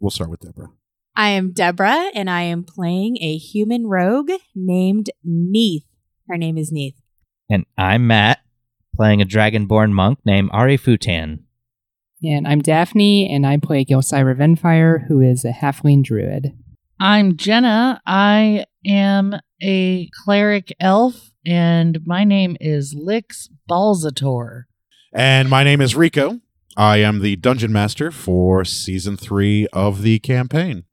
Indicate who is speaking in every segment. Speaker 1: We'll start with Deborah.
Speaker 2: I am Deborah, and I am playing a human rogue named Neith. Her name is Neith.
Speaker 3: And I'm Matt, playing a dragonborn monk named Ari Futan.
Speaker 4: And I'm Daphne, and I play Gilcyra Venfire, who is a halfling druid.
Speaker 5: I'm Jenna. I am a cleric elf, and my name is Lix Balzator.
Speaker 1: And my name is Rico. I am the dungeon master for season three of the campaign.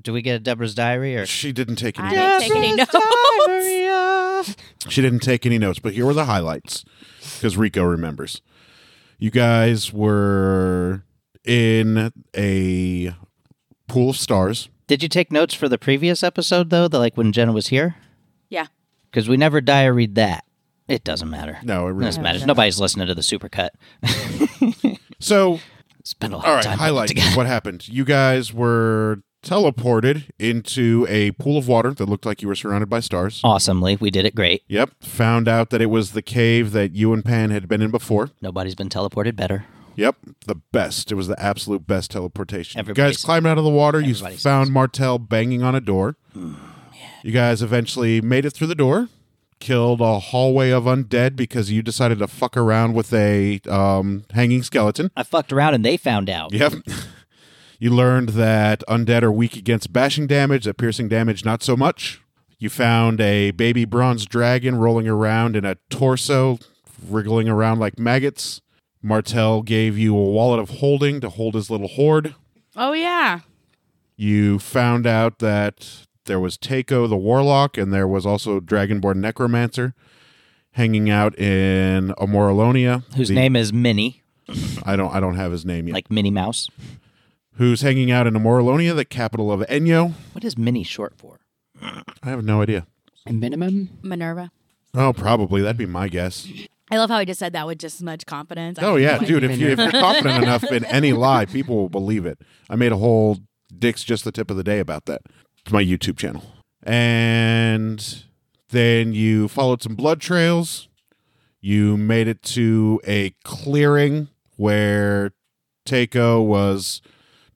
Speaker 3: Do we get a Deborah's diary or
Speaker 1: She didn't take any
Speaker 2: I didn't take
Speaker 1: notes.
Speaker 2: any notes.
Speaker 1: She didn't take any notes, but here were the highlights because Rico remembers. You guys were in a pool of stars.
Speaker 3: did you take notes for the previous episode though? The like when Jenna was here?
Speaker 2: Yeah.
Speaker 3: Because we never diaried that. It doesn't matter.
Speaker 1: No, it
Speaker 3: It
Speaker 1: really
Speaker 3: doesn't matter. Nobody's listening to the supercut.
Speaker 1: So,
Speaker 3: Spend a lot
Speaker 1: all
Speaker 3: of
Speaker 1: right,
Speaker 3: time
Speaker 1: highlights.
Speaker 3: together.
Speaker 1: What happened? You guys were teleported into a pool of water that looked like you were surrounded by stars.
Speaker 3: Awesomely, we did it great.
Speaker 1: Yep. Found out that it was the cave that you and Pan had been in before.
Speaker 3: Nobody's been teleported better.
Speaker 1: Yep, the best. It was the absolute best teleportation.
Speaker 3: Everybody
Speaker 1: you guys
Speaker 3: says-
Speaker 1: climbed out of the water. You
Speaker 3: everybody says-
Speaker 1: found Martel banging on a door. You guys eventually made it through the door, killed a hallway of undead because you decided to fuck around with a um, hanging skeleton.
Speaker 3: I fucked around and they found out.
Speaker 1: Yep. You learned that undead are weak against bashing damage, that piercing damage, not so much. You found a baby bronze dragon rolling around in a torso, wriggling around like maggots. Martel gave you a wallet of holding to hold his little hoard.
Speaker 2: Oh, yeah.
Speaker 1: You found out that there was Takeo the warlock, and there was also Dragonborn Necromancer hanging out in Amoralonia.
Speaker 3: Whose
Speaker 1: The-
Speaker 3: name is Minnie,
Speaker 1: I don't I don't have his name yet.
Speaker 3: like Minnie Mouse.
Speaker 1: who's hanging out in Amoralonia, the capital of Enyo.
Speaker 3: What is Minnie short for?
Speaker 1: I have no idea.
Speaker 4: A minimum?
Speaker 2: Minerva.
Speaker 1: Oh, probably. That'd be my guess.
Speaker 2: I love how he just said that with just as much confidence. I
Speaker 1: Oh,
Speaker 2: have
Speaker 1: yeah,
Speaker 2: no
Speaker 1: dude.
Speaker 2: idea.
Speaker 1: If, you, if you're confident enough in any lie, people will believe it. I made a whole Dick's Just the Tip of the Day about that. It's my YouTube channel. And then you followed some blood trails. You made it to a clearing where Takeo was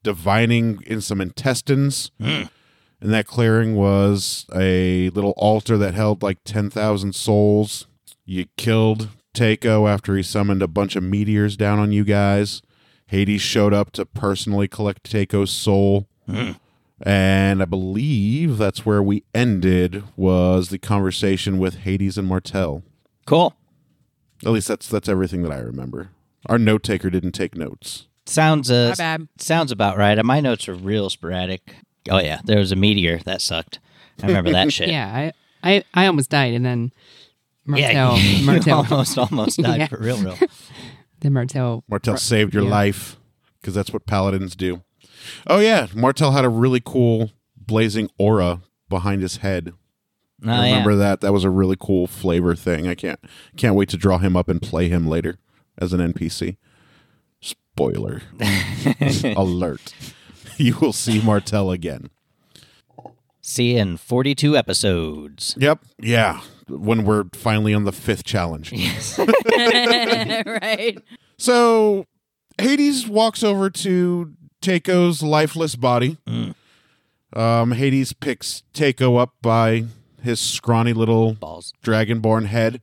Speaker 1: divining in some intestines. And that clearing was a little altar that held like 10,000 souls. You killed Takeo after he summoned a bunch of meteors down on you guys. Hades showed up to personally collect Takeo's soul. And I believe that's where we ended was the conversation with Hades and Martel.
Speaker 3: Cool.
Speaker 1: At least that's that's everything that I remember. Our note taker didn't take notes.
Speaker 3: Sounds uh,
Speaker 2: My bad.
Speaker 3: sounds about right. My notes are real sporadic. Oh yeah, there was a meteor that sucked. I remember that shit.
Speaker 4: Yeah, I, I, I almost died, and then
Speaker 3: Yeah,
Speaker 4: Martel,
Speaker 3: you
Speaker 4: Martel,
Speaker 3: almost almost died
Speaker 4: Yeah.
Speaker 3: for real, real.
Speaker 4: then Martel.
Speaker 1: Martel saved your
Speaker 4: yeah.
Speaker 1: life because that's what paladins do. Oh yeah, Martel had a really cool blazing aura behind his head.
Speaker 3: No,
Speaker 1: I
Speaker 3: Oh, yeah.
Speaker 1: remember that. That was a really cool flavor thing. I can't can't wait to draw him up and play him later as an NPC. Spoiler alert. You will see Martel again.
Speaker 3: See you in forty-two episodes.
Speaker 1: Yep. Yeah. When we're finally on the fifth challenge.
Speaker 2: right.
Speaker 1: So Hades walks over to Takeo's lifeless body. Um, Hades picks Takeo up by his scrawny little
Speaker 3: Balls.
Speaker 1: dragonborn head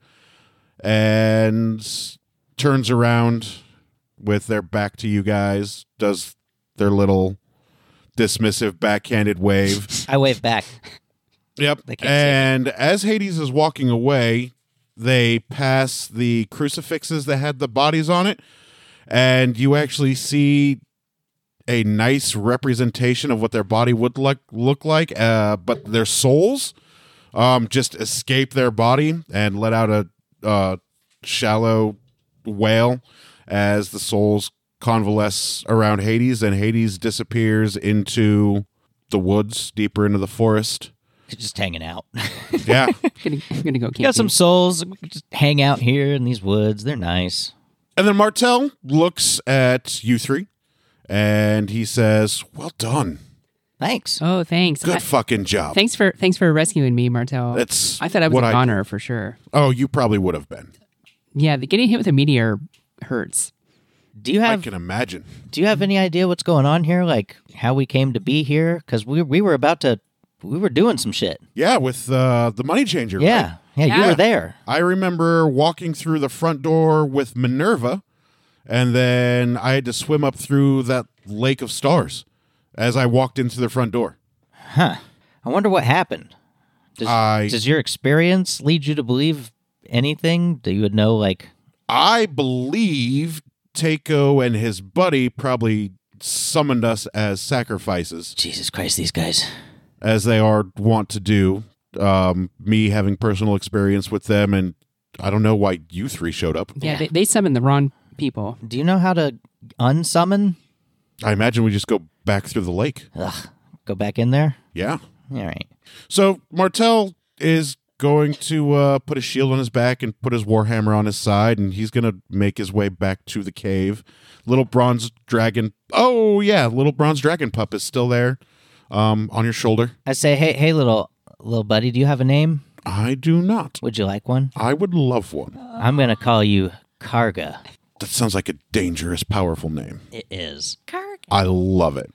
Speaker 1: and turns around with their back to you guys, does their little dismissive backhanded wave.
Speaker 3: I wave back.
Speaker 1: yep.
Speaker 3: They can't see
Speaker 1: And as Hades is walking away, They pass the crucifixes that had the bodies on it, and you actually see a nice representation of what their body would look look like, uh, but their souls um, just escape their body and let out a uh, shallow wail as the souls convalesce around Hades, and Hades disappears into the woods, deeper into the forest.
Speaker 3: Just hanging out.
Speaker 1: Yeah,
Speaker 4: gonna, I'm gonna go camping.
Speaker 3: Got some souls. We could just hang out here in these woods. They're nice.
Speaker 1: and then Martel looks at you three, and he says, "Well done,
Speaker 3: Thanks.
Speaker 4: Oh, thanks.
Speaker 1: good
Speaker 4: I-
Speaker 1: fucking job."
Speaker 4: thanks for thanks for rescuing me, Martel.
Speaker 1: That's
Speaker 4: I thought I was
Speaker 1: what
Speaker 4: a goner for sure.
Speaker 1: Oh, you probably would have been.
Speaker 4: Yeah, the, getting hit with a meteor hurts.
Speaker 3: Do you
Speaker 1: I
Speaker 3: have
Speaker 1: can imagine.
Speaker 3: Do you have any idea what's going on here? Like how we came to be here? Because we we were about to we were doing some shit.
Speaker 1: Yeah, with uh, the money changer. right?
Speaker 3: Yeah. yeah, you
Speaker 4: Yeah.
Speaker 3: were there.
Speaker 1: I remember walking through the front door with Minerva, and then I had to swim up through that lake of stars as I walked into the front door.
Speaker 3: Huh. I wonder what happened. Does,
Speaker 1: I-
Speaker 3: does your experience lead you to believe anything? Do you would know like
Speaker 1: I believe Takeo and his buddy probably summoned us as sacrifices,
Speaker 3: Jesus Christ, these guys?
Speaker 1: as they are wont to do. Um, me having personal experience with them, and I don't know why you three showed up.
Speaker 4: Yeah, They, they summon the wrong people.
Speaker 3: Do you know how to unsummon?
Speaker 1: I imagine we just go back through the lake.
Speaker 3: Ugh. Go back in there.
Speaker 1: Yeah.
Speaker 3: All right.
Speaker 1: So Martel is going to uh, put a shield on his back and put his warhammer on his side, and he's going to make his way back to the cave. Little bronze dragon. Oh yeah, little bronze dragon pup is still there, um, on your shoulder.
Speaker 3: I say, hey, hey, little little buddy, do you have a name?
Speaker 1: I do not.
Speaker 3: Would you like one?
Speaker 1: I would love one.
Speaker 3: I'm gonna call you Karga.
Speaker 1: That sounds like a dangerous, powerful name.
Speaker 3: It is
Speaker 1: I love it.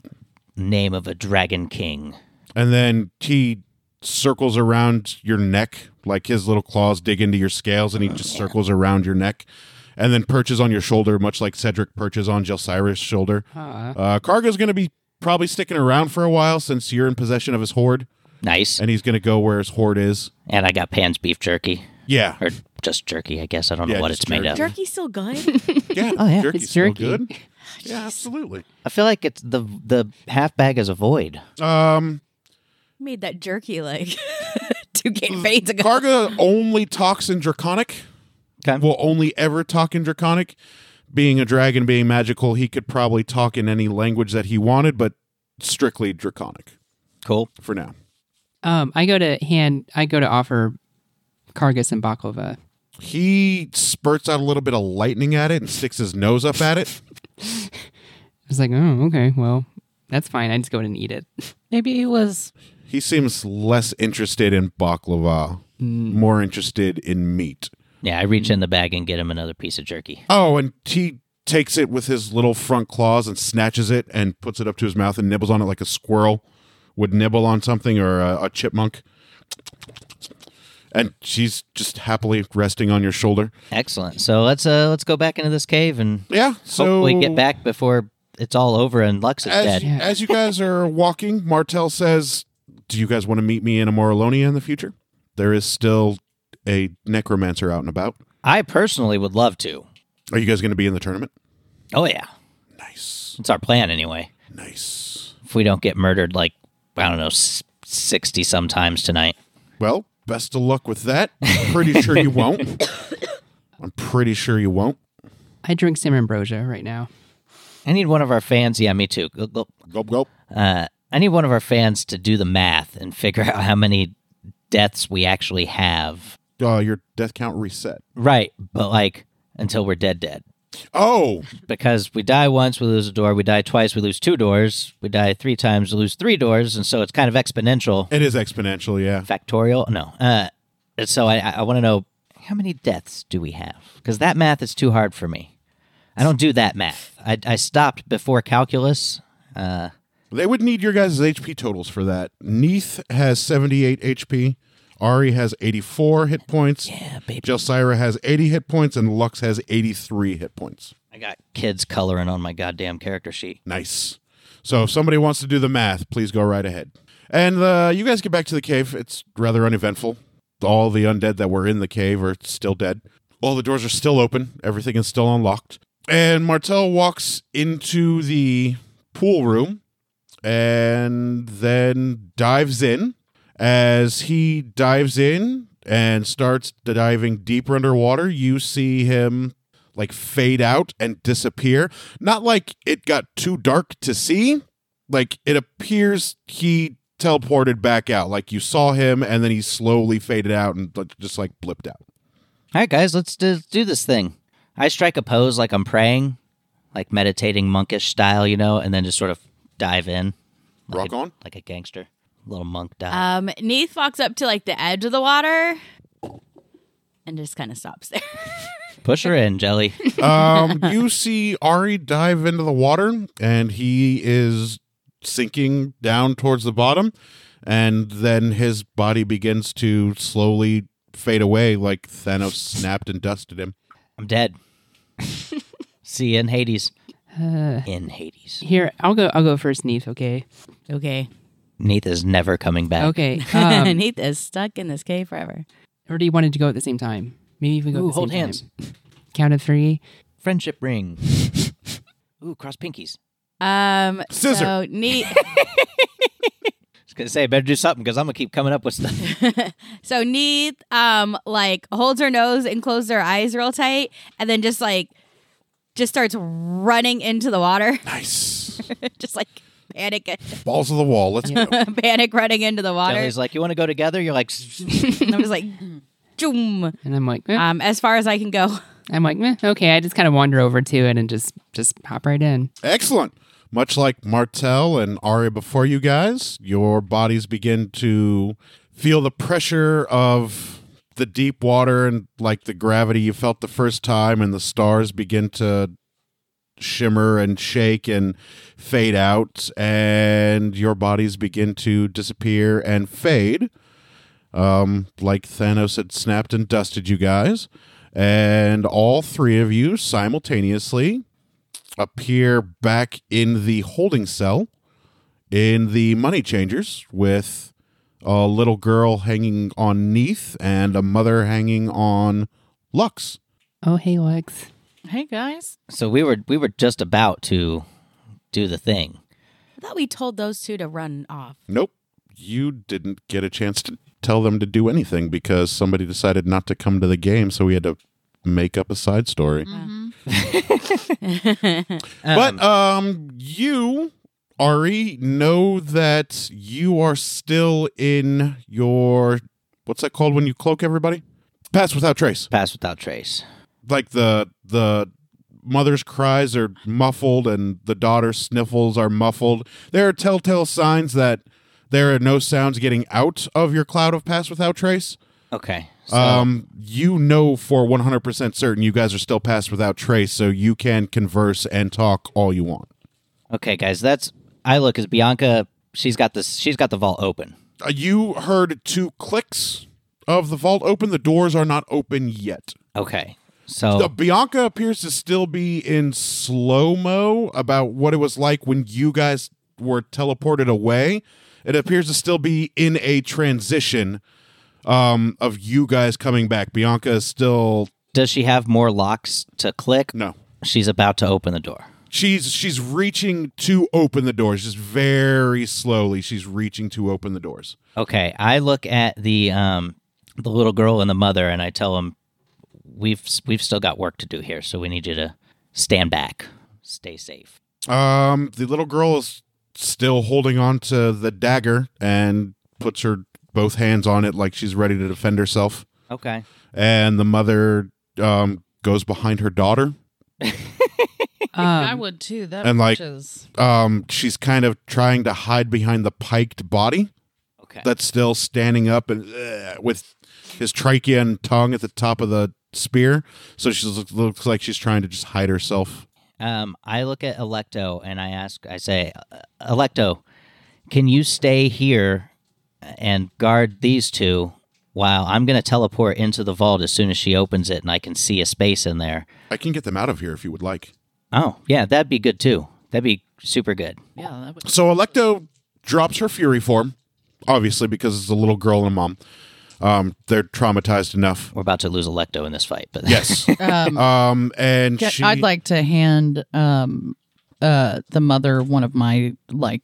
Speaker 3: name of a dragon king.
Speaker 1: And then he circles around your neck, like his little claws dig into your scales, and he just circles around your neck, and then perches on your shoulder, much like Cedric perches on Jelsira's shoulder.
Speaker 4: Huh.
Speaker 1: Uh, Cargo's going to be probably sticking around for a while since you're in possession of his hoard,
Speaker 3: Nice.
Speaker 1: and he's going to go where his hoard is.
Speaker 3: And I got Pan's beef jerky,
Speaker 1: Yeah,
Speaker 3: or just jerky, I guess. I don't know
Speaker 1: Yeah,
Speaker 3: what
Speaker 1: just
Speaker 3: it's made of.
Speaker 2: Jerky still good?
Speaker 1: yeah,
Speaker 3: Oh, yeah,
Speaker 1: jerky's
Speaker 4: it's
Speaker 1: still
Speaker 4: jerky.
Speaker 1: good. Yeah, absolutely.
Speaker 3: I feel like it's the the half bag is a void.
Speaker 1: Um,
Speaker 2: Made that jerky like two campaigns ago.
Speaker 1: Cargo only talks in Draconic.
Speaker 3: Okay.
Speaker 1: Will only ever talk in Draconic. Being a dragon, being magical, he could probably talk in any language that he wanted, but strictly Draconic
Speaker 3: Cool.
Speaker 1: for now.
Speaker 4: Um, I go to hand. I go to offer Cargus and baklava.
Speaker 1: He spurts out a little bit of lightning at it and sticks his nose up at it.
Speaker 4: I was like, oh, okay, well, that's fine. I just go ahead and eat it.
Speaker 5: Maybe it was
Speaker 1: He seems less interested in baklava, more interested in meat.
Speaker 3: Yeah, I reach in the bag and get him another piece of jerky.
Speaker 1: Oh, and he takes it with his little front claws and snatches it and puts it up to his mouth and nibbles on it like a squirrel would nibble on something or a, a chipmunk. And she's just happily resting on your shoulder.
Speaker 3: Excellent. So let's uh let's go back into this cave and
Speaker 1: Yeah. So
Speaker 3: hopefully get back before it's all over and Lux is
Speaker 1: As,
Speaker 3: dead.
Speaker 4: Yeah.
Speaker 1: as you guys are walking, Martel says, Do you guys want to meet me in Amoralonia in the future? There is still a necromancer out and about.
Speaker 3: I personally would love to.
Speaker 1: Are you guys going to be in the tournament?
Speaker 3: Oh yeah,
Speaker 1: Nice.
Speaker 3: it's our plan anyway.
Speaker 1: Nice.
Speaker 3: If we don't get murdered, like I don't know, s- sixty sometimes tonight.
Speaker 1: Well, best of luck with that. I'm pretty sure you won't. I'm pretty sure you won't.
Speaker 4: I drink some ambrosia right now.
Speaker 3: I need one of our fans. Yeah, me too. Go- go-
Speaker 1: Gulp, gulp.
Speaker 3: Uh, I need one of our fans to do the math and figure out how many deaths we actually have.
Speaker 1: Uh, your death count reset.
Speaker 3: Right, but like until we're dead, dead.
Speaker 1: Oh,
Speaker 3: Because we die once, we lose a door. We die twice, we lose two doors. We die three times, we lose three doors. And so it's kind of exponential,
Speaker 1: it is exponential. Yeah.
Speaker 3: factorial. No. Uh, and so I, I want to know how many deaths do we have? Because that math is too hard for me. I don't do that math. I, I stopped before calculus. Uh,
Speaker 1: They would need your guys' HP totals for that. Neith has 78 HP. Ari has 84 hit points.
Speaker 3: yeah, baby.
Speaker 1: Jelsira has 80 hit points and Lux has 83 hit points.
Speaker 3: I got kids coloring on my goddamn character sheet.
Speaker 1: Nice. So if somebody wants to do the math, please go right ahead. And uh, you guys get back to the cave. It's rather uneventful. All the undead that were in the cave are still dead. All the doors are still open. Everything is still unlocked. And Martel walks into the pool room and then dives in. As he dives in and starts diving deeper underwater, you see him like fade out and disappear. Not like it got too dark to see. Like it appears he teleported back out. Like you saw him and then he slowly faded out and like, just like blipped out.
Speaker 3: All right, guys, let's do, do this thing. I strike a pose like I'm praying, like meditating monkish style, you know, and then just sort of dive in. Like
Speaker 1: Rock
Speaker 3: a-
Speaker 1: on.
Speaker 3: Like a gangster. Little monk dive.
Speaker 6: Um, Neith walks up to like the edge of the water and just kind of stops there.
Speaker 4: Uh,
Speaker 3: Push her in, Jelly.
Speaker 1: um, you see Ari dive into the water, and he is sinking down towards the bottom, and then his body begins to slowly fade away, like Thanos snapped and dusted him.
Speaker 3: I'm dead. See you in Hades.
Speaker 4: Uh,
Speaker 3: In Hades.
Speaker 4: here, I'll go. I'll go first, Neith. Okay.
Speaker 6: okay.
Speaker 3: Neith is never coming back.
Speaker 4: Okay. Um,
Speaker 6: Neith is stuck in this cave forever.
Speaker 4: or do you wanted to go at the same time? Maybe even go. at
Speaker 3: Ooh,
Speaker 4: the
Speaker 3: hold
Speaker 4: same
Speaker 3: hands.
Speaker 4: Time. Count of three.
Speaker 3: Friendship ring. Ooh, cross pinkies.
Speaker 6: Um,
Speaker 1: Scissor.
Speaker 6: So Neith.
Speaker 3: I was going to say, better do something because I'm going to keep coming up with stuff.
Speaker 6: so Neith, um, like holds her nose and closes her eyes real tight, and then just like, just starts running into the water,
Speaker 1: Nice
Speaker 6: just like panic,
Speaker 1: balls of the wall. Let's go.
Speaker 6: panic running into the water.
Speaker 3: Jelly's like, you want to go together? You're like,
Speaker 6: and I was like, zoom.
Speaker 4: And I'm like, eh.
Speaker 6: Um, as far as I can go.
Speaker 4: I'm like, meh, okay. I just kind of wander over to it and just just pop right in.
Speaker 1: Excellent. Much like Martel and Ari before you guys, your bodies begin to feel the pressure of the deep water and like the gravity you felt the first time, and the stars begin to shimmer and shake and fade out, and your bodies begin to disappear and fade. Um, like Thanos had snapped and dusted you guys, and all three of you simultaneously appear back in the holding cell in the money changers with a little girl hanging on Neath and a mother hanging on Lux.
Speaker 4: Oh, hey, Lex.
Speaker 5: Hey guys.
Speaker 3: so we were we were just about to do the thing.
Speaker 6: I thought we told those two to run off.
Speaker 1: Nope, you didn't get a chance to tell them to do anything because somebody decided not to come to the game, so we had to make up a side story. but um, you, Ari, know that you are still in your what's that called when you cloak everybody? Pass without trace.
Speaker 3: Pass without trace.
Speaker 1: Like the the mother's cries are muffled and the daughter's sniffles are muffled. There are telltale signs that there are no sounds getting out of your cloud of pass without trace.
Speaker 3: Okay. So,
Speaker 1: Um, you know for 100% certain you guys are still passed without trace, so you can converse and talk all you want.
Speaker 3: okay, guys, that's I look as Bianca. She's got this. She's got the vault open.
Speaker 1: Uh, you heard two clicks of the vault open. The doors are not open yet.
Speaker 3: Okay. So
Speaker 1: The Bianca appears to still be in slow mo about what it was like when you guys were teleported away. It appears to still be in a transition um, of you guys coming back. Bianca is still
Speaker 3: does she have more locks to click?
Speaker 1: no.
Speaker 3: She's about to open the door.
Speaker 1: She's she's reaching to open the doors, just very slowly. She's reaching to open the doors.
Speaker 3: Okay. I look at the um the little girl and the mother, and I tell them we've we've still got work to do here, so we need you to stand back, stay safe.
Speaker 1: Um, the little girl is still holding on to the dagger and puts her both hands on it like she's ready to defend herself.
Speaker 3: Okay.
Speaker 1: And the mother um goes behind her daughter.
Speaker 5: I
Speaker 4: Um,
Speaker 5: would too. That
Speaker 1: and, like-
Speaker 5: is
Speaker 1: Um, she's kind of trying to hide behind the piked body
Speaker 3: Okay.
Speaker 1: that's still standing up and uh, with his trachea and tongue at the top of the spear. So she looks, looks like she's trying to just hide herself.
Speaker 3: Um, I look at Electo and I ask, I say, "E, Electo, can you stay here and guard these two while I'm going to teleport into the vault as soon as she opens it and I can see a space in there?
Speaker 1: I can get them out of here if you would like.
Speaker 3: Oh, yeah, that'd be good too. That'd be super good.
Speaker 5: yeah. That would,
Speaker 1: So Electo drops her fury form, obviously because it's a little girl and a mom, Um, they're traumatized enough.
Speaker 3: We're about to lose Electo in this fight, but
Speaker 1: Yes.
Speaker 5: Um,
Speaker 1: um, and
Speaker 5: ca-
Speaker 1: she,
Speaker 5: I'd like to hand um, uh, the mother one of my like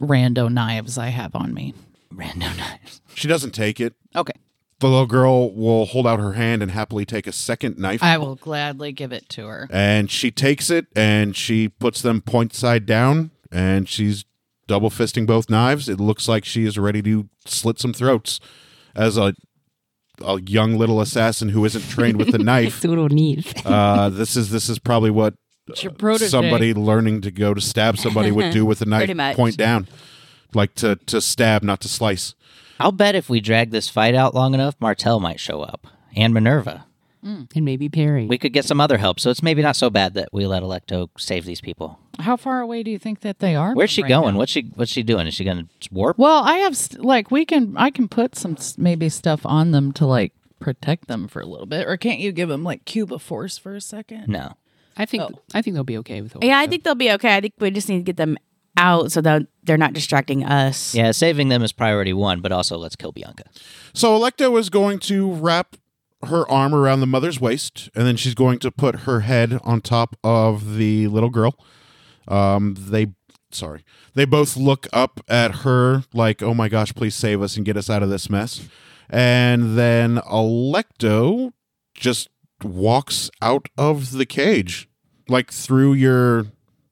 Speaker 5: rando knives I have on me.
Speaker 3: random knives.
Speaker 1: she doesn't take it.
Speaker 5: Okay,
Speaker 1: The little girl will hold out her hand and happily take a second knife.
Speaker 5: I will gladly give it to her.
Speaker 1: and she takes it and she puts them point side down and she's double fisting both knives. It looks like she is ready to slit some throats as a a young little assassin who isn't trained with the knife.
Speaker 4: little neat.
Speaker 1: Uh, this is this is probably what
Speaker 5: It's your protege.
Speaker 1: somebody learning to go to stab somebody would do with a
Speaker 6: Pretty
Speaker 1: knife
Speaker 6: much.
Speaker 1: point down, like to to stab, not to slice.
Speaker 3: I'll bet if we drag this fight out long enough, Martel might show up and Minerva.
Speaker 4: And maybe Perry.
Speaker 3: We could get some other help, so it's maybe not so bad that we let Electo save these people.
Speaker 5: How far away do you think that they are?
Speaker 3: Where's she
Speaker 5: from right
Speaker 3: going?
Speaker 5: now?
Speaker 3: What's she What's she doing? Is she going to warp?
Speaker 5: Well, I have st- like we can I can put some s- maybe stuff on them to like protect them for a little bit, or can't you give them like Cuba Force for a second?
Speaker 3: No.
Speaker 4: I think
Speaker 5: Oh.
Speaker 4: I think they'll be okay with it.
Speaker 6: Yeah, I think they'll be okay. I think we just need to get them out so that they're not distracting us.
Speaker 3: Yeah, saving them is priority one, but also let's kill Bianca.
Speaker 1: So Electo is going to wrap her arm around the mother's waist, and then she's going to put her head on top of the little girl. Um, they, sorry, they both look up at her like, "Oh my gosh, please save us and get us out of this mess." And then Electo just walks out of the cage, like through your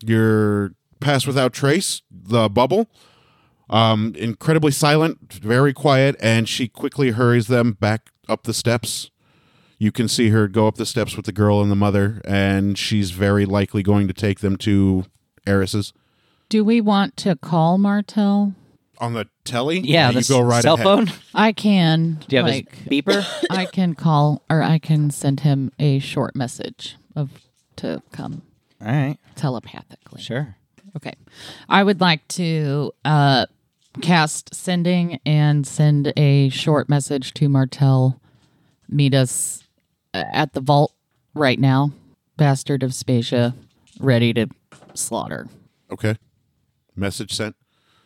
Speaker 1: your pass without trace, the bubble um, incredibly silent, very quiet, and she quickly hurries them back up the steps. You can see her go up the steps with the girl and the mother, and she's very likely going to take them to Eris's
Speaker 5: Do we want to call Martel?
Speaker 1: on the telly.
Speaker 3: Yeah,
Speaker 1: you
Speaker 3: this
Speaker 1: go right
Speaker 3: cell
Speaker 1: ahead.
Speaker 3: phone.
Speaker 5: I can.
Speaker 3: Do you have
Speaker 5: like,
Speaker 3: a beeper?
Speaker 5: I can call or I can send him a short message of to come
Speaker 3: All right,
Speaker 5: telepathically.
Speaker 3: sure.
Speaker 5: Okay. I would like to uh cast sending and send a short message to Martel. Meet us at the vault right now. Bastard of Spacia, ready to slaughter.
Speaker 1: Okay, message sent.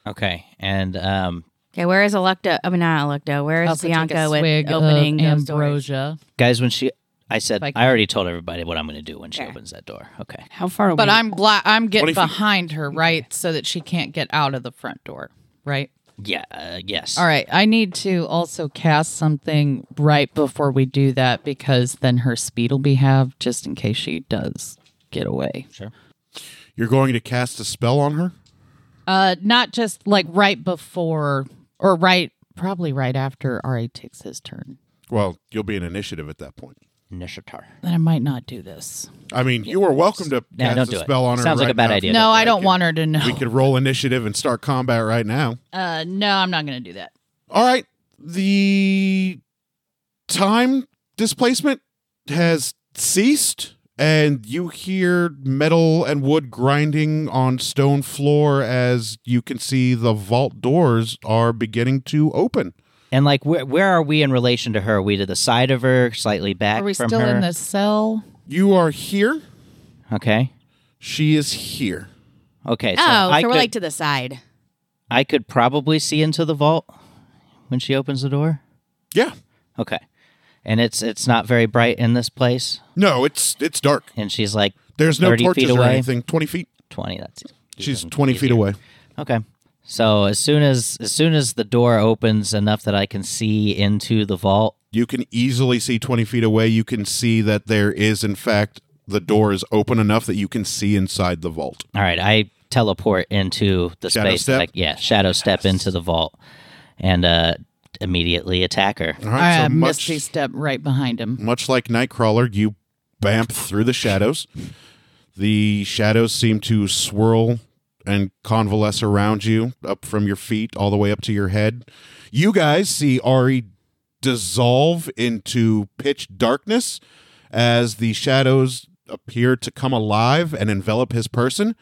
Speaker 3: Okay, and um,
Speaker 6: Okay, where is Electo? I mean, not Electo. Where is
Speaker 5: Also take a
Speaker 6: Bianca
Speaker 5: swig
Speaker 6: with
Speaker 5: of
Speaker 6: opening those doors?
Speaker 5: ambrosia.
Speaker 3: guys, when she, I said,
Speaker 5: Like-
Speaker 3: I already told everybody what I'm going to do when she opens that door. Okay,
Speaker 4: How far away?
Speaker 5: But I'm glad I'm
Speaker 1: 20
Speaker 5: getting
Speaker 1: feet.
Speaker 5: behind her, right, so that she can't get out of the front door, right?
Speaker 3: yeah, uh, yes.
Speaker 5: All right, I need to also cast something right before we do that because then her speed will be halved just in case she does get away.
Speaker 3: sure.
Speaker 1: You're going to cast a spell on her.
Speaker 5: Uh, not just like right before or right, probably right after Ari takes his turn.
Speaker 1: Well, you'll be an initiative at that point.
Speaker 3: Nishatar.
Speaker 5: Then I might not do this.
Speaker 1: I mean, you are welcome to
Speaker 3: Yeah,
Speaker 1: cast
Speaker 3: don't
Speaker 1: a
Speaker 3: do it.
Speaker 1: spell on her.
Speaker 3: Sounds like
Speaker 1: right
Speaker 3: a bad
Speaker 1: now.
Speaker 3: idea.
Speaker 5: no, I don't
Speaker 1: could-
Speaker 5: want her to know.
Speaker 1: We could roll initiative and start combat right now.
Speaker 5: uh, no, I'm not going to do that.
Speaker 1: All right. The time displacement has ceased, and you hear metal and wood grinding on stone floor as you can see the vault doors are beginning to open.
Speaker 3: And like, where where are we in relation to her? Are we to the side of her, slightly back
Speaker 5: Are we
Speaker 3: from
Speaker 5: still
Speaker 3: her?
Speaker 5: in the cell?
Speaker 1: You are here.
Speaker 3: Okay,
Speaker 1: She is here.
Speaker 3: okay. So
Speaker 6: Oh,
Speaker 3: I
Speaker 6: so
Speaker 3: could,
Speaker 6: we're like to the side.
Speaker 3: I could probably see into the vault when she opens the door.
Speaker 1: Yeah.
Speaker 3: Okay, and it's it's not very bright in this place.
Speaker 1: No, it's it's dark.
Speaker 3: And she's like
Speaker 1: There's no
Speaker 3: 30 feet
Speaker 1: torches or
Speaker 3: away.
Speaker 1: anything. Twenty feet.
Speaker 3: twenty. That's
Speaker 1: She's
Speaker 3: even
Speaker 1: twenty feet
Speaker 3: easier.
Speaker 1: away.
Speaker 3: Okay. So as soon as as soon as the door opens enough that I can see into the vault,
Speaker 1: You can easily see 20 feet away. You can see that there is, in fact, the door is open enough that you can see inside the vault.
Speaker 3: all right, I teleport into the
Speaker 1: Shadow
Speaker 3: space.
Speaker 1: step?
Speaker 3: Like yeah, shadow step into the vault and uh immediately attack her.
Speaker 1: All right,
Speaker 5: I
Speaker 1: so
Speaker 5: have
Speaker 1: much, Mm.
Speaker 5: Misty step right behind him.
Speaker 1: much like Nightcrawler, you bamp through the shadows. The shadows seem to swirl and convalesce around you, up from your feet all the way up to your head. You guys see Ari dissolve into pitch darkness as the shadows appear to come alive and envelop his person,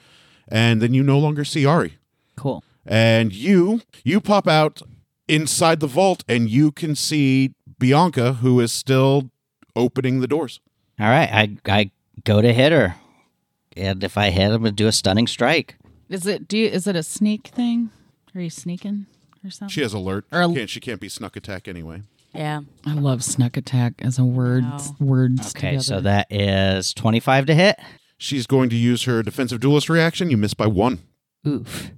Speaker 1: and then you no longer see Ari.
Speaker 5: Cool.
Speaker 1: and you you pop out inside the vault and you can see Bianca who is still opening the doors.
Speaker 3: All right, I I go to hit her. And if I hit, I'm gonna do a stunning strike.
Speaker 5: Is it do you, is it a sneak thing? Are you sneaking or something?
Speaker 1: She has alert.
Speaker 5: Or-
Speaker 1: can't, she can't be snuck attack anyway.
Speaker 6: Yeah.
Speaker 5: I love snuck attack as a word.
Speaker 6: Wow.
Speaker 5: Words.
Speaker 3: Okay, so
Speaker 5: together.
Speaker 3: that is 25 to hit.
Speaker 1: She's going to use her defensive duelist reaction. You miss by one.
Speaker 5: oof.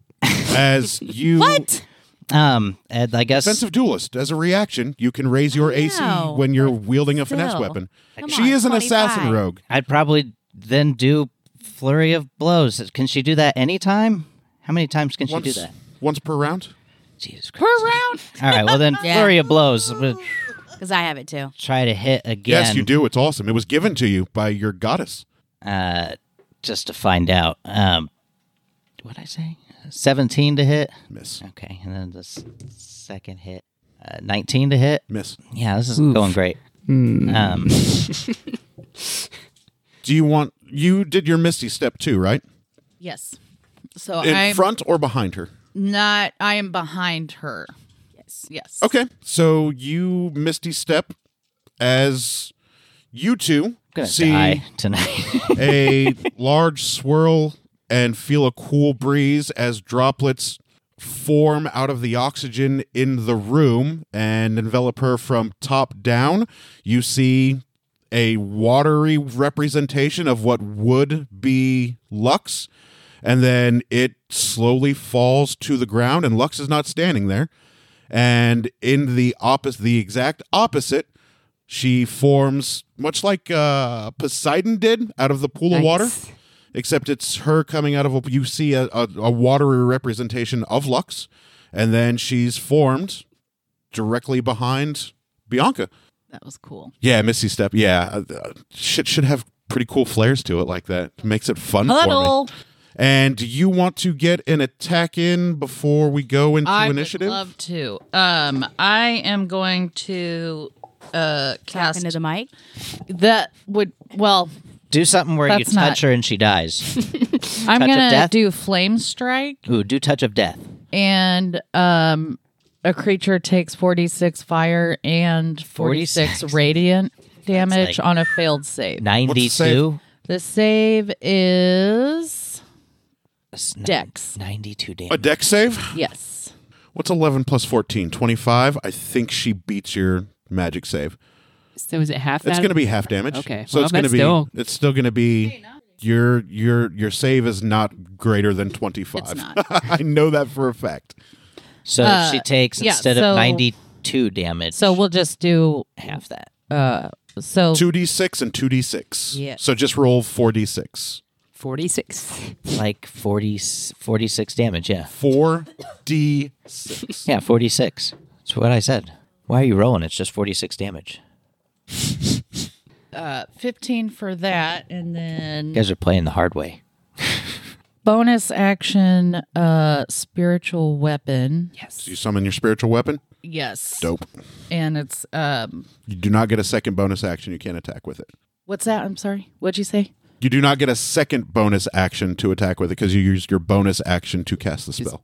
Speaker 1: As you
Speaker 6: What?
Speaker 3: Um, and I guess
Speaker 1: defensive duelist, as a reaction, you can raise your AC
Speaker 6: know,
Speaker 1: when you're wielding a
Speaker 6: still.
Speaker 1: finesse weapon.
Speaker 6: Come
Speaker 1: she
Speaker 6: on,
Speaker 1: is an assassin
Speaker 6: 25.
Speaker 1: rogue.
Speaker 3: I'd probably then do flurry of blows. Can she do that anytime? How many times can she do that?
Speaker 1: once per round.
Speaker 3: Jesus Christ. All right, well then
Speaker 6: Yeah.
Speaker 3: flurry of blows. I'm gonna
Speaker 6: Because I have it too.
Speaker 3: try to hit again.
Speaker 1: Yes, you do. It's awesome. It was given to you by your goddess.
Speaker 3: Uh, just to find out. Um, what I say? 17 to hit.
Speaker 1: Miss.
Speaker 3: Okay, and then the s- second hit. Uh, 19 to hit.
Speaker 1: Miss.
Speaker 3: Yeah, this is going great.
Speaker 5: Hmm.
Speaker 3: Um,
Speaker 1: Do you want you did your misty step too, right?
Speaker 5: Yes. So
Speaker 1: In
Speaker 5: I'm
Speaker 1: front or behind her?
Speaker 5: not. I am behind her. Yes. Yes.
Speaker 1: Okay. So you misty step as you two
Speaker 3: gonna
Speaker 1: see
Speaker 3: die tonight.
Speaker 1: a large swirl and feel a cool breeze as droplets form out of the oxygen in the room and envelop her from top down. You see a watery representation of what would be Lux, and then it slowly falls to the ground, and Lux is not standing there. And in the opposite, the exact opposite, she forms much like uh, Poseidon did out of the pool of water,
Speaker 4: Nice.
Speaker 1: except it's her coming out of a. You see a, a, a watery representation of Lux, and then she's formed directly behind Bianca.
Speaker 5: That was cool.
Speaker 1: Yeah, Misty Step. Yeah, uh, uh, shit should have pretty cool flares to it like that. Makes it fun for me.
Speaker 6: Huddle.
Speaker 1: And do you want to get an attack in before we go into
Speaker 5: I
Speaker 1: initiative?
Speaker 5: would love to. Um, I am going to uh cast
Speaker 6: Into the mic.
Speaker 5: that would well.
Speaker 3: do something where you
Speaker 5: That's
Speaker 3: touch
Speaker 5: not-
Speaker 3: her and she dies.
Speaker 5: I'm
Speaker 3: Touch of
Speaker 5: gonna
Speaker 3: death?
Speaker 5: do flame strike
Speaker 3: Ooh, do touch of death.
Speaker 5: and um. A creature takes 46 fire and 46,
Speaker 3: 46.
Speaker 5: radiant damage
Speaker 3: like-
Speaker 5: on a failed save.
Speaker 3: 92.
Speaker 5: The save is
Speaker 3: That's nine-
Speaker 5: Dex.
Speaker 3: 92 damage.
Speaker 1: a deck save?
Speaker 5: Yes.
Speaker 1: What's 11 plus 14? 25. I think she beats your magic save.
Speaker 4: So is it half that?
Speaker 1: It's going to be half damage.
Speaker 4: Okay.
Speaker 1: So
Speaker 4: Well,
Speaker 1: it's going to
Speaker 4: that's
Speaker 1: be
Speaker 4: still-
Speaker 1: it's still going to be your your your save is not greater than 25.
Speaker 5: It's not.
Speaker 1: I know that for a fact.
Speaker 3: So
Speaker 5: Uh,
Speaker 3: she takes
Speaker 5: yeah,
Speaker 3: instead
Speaker 5: so-
Speaker 3: of 92 damage.
Speaker 5: So we'll just do
Speaker 3: half that.
Speaker 5: uh so
Speaker 1: 2d6 and 2d6.
Speaker 5: Yeah.
Speaker 1: So just roll 4d6.
Speaker 4: 46.
Speaker 3: Like 40, 46 damage, yeah.
Speaker 1: 4d6.
Speaker 3: Yeah, 46. That's what I said. Why are you rolling? It's just 46 damage.
Speaker 5: 15 for that and
Speaker 3: You
Speaker 5: then
Speaker 3: guys are playing the hard way.
Speaker 5: bonus action uh spiritual weapon.
Speaker 1: Do you summon your spiritual weapon?
Speaker 5: Yes.
Speaker 1: Dope.
Speaker 5: And it's um
Speaker 1: You do not get a second bonus action. You can't attack with it.
Speaker 5: what's that? I'm sorry. What'd you say?
Speaker 1: You do not get a second bonus action to attack with it because you used your bonus action to cast the spell.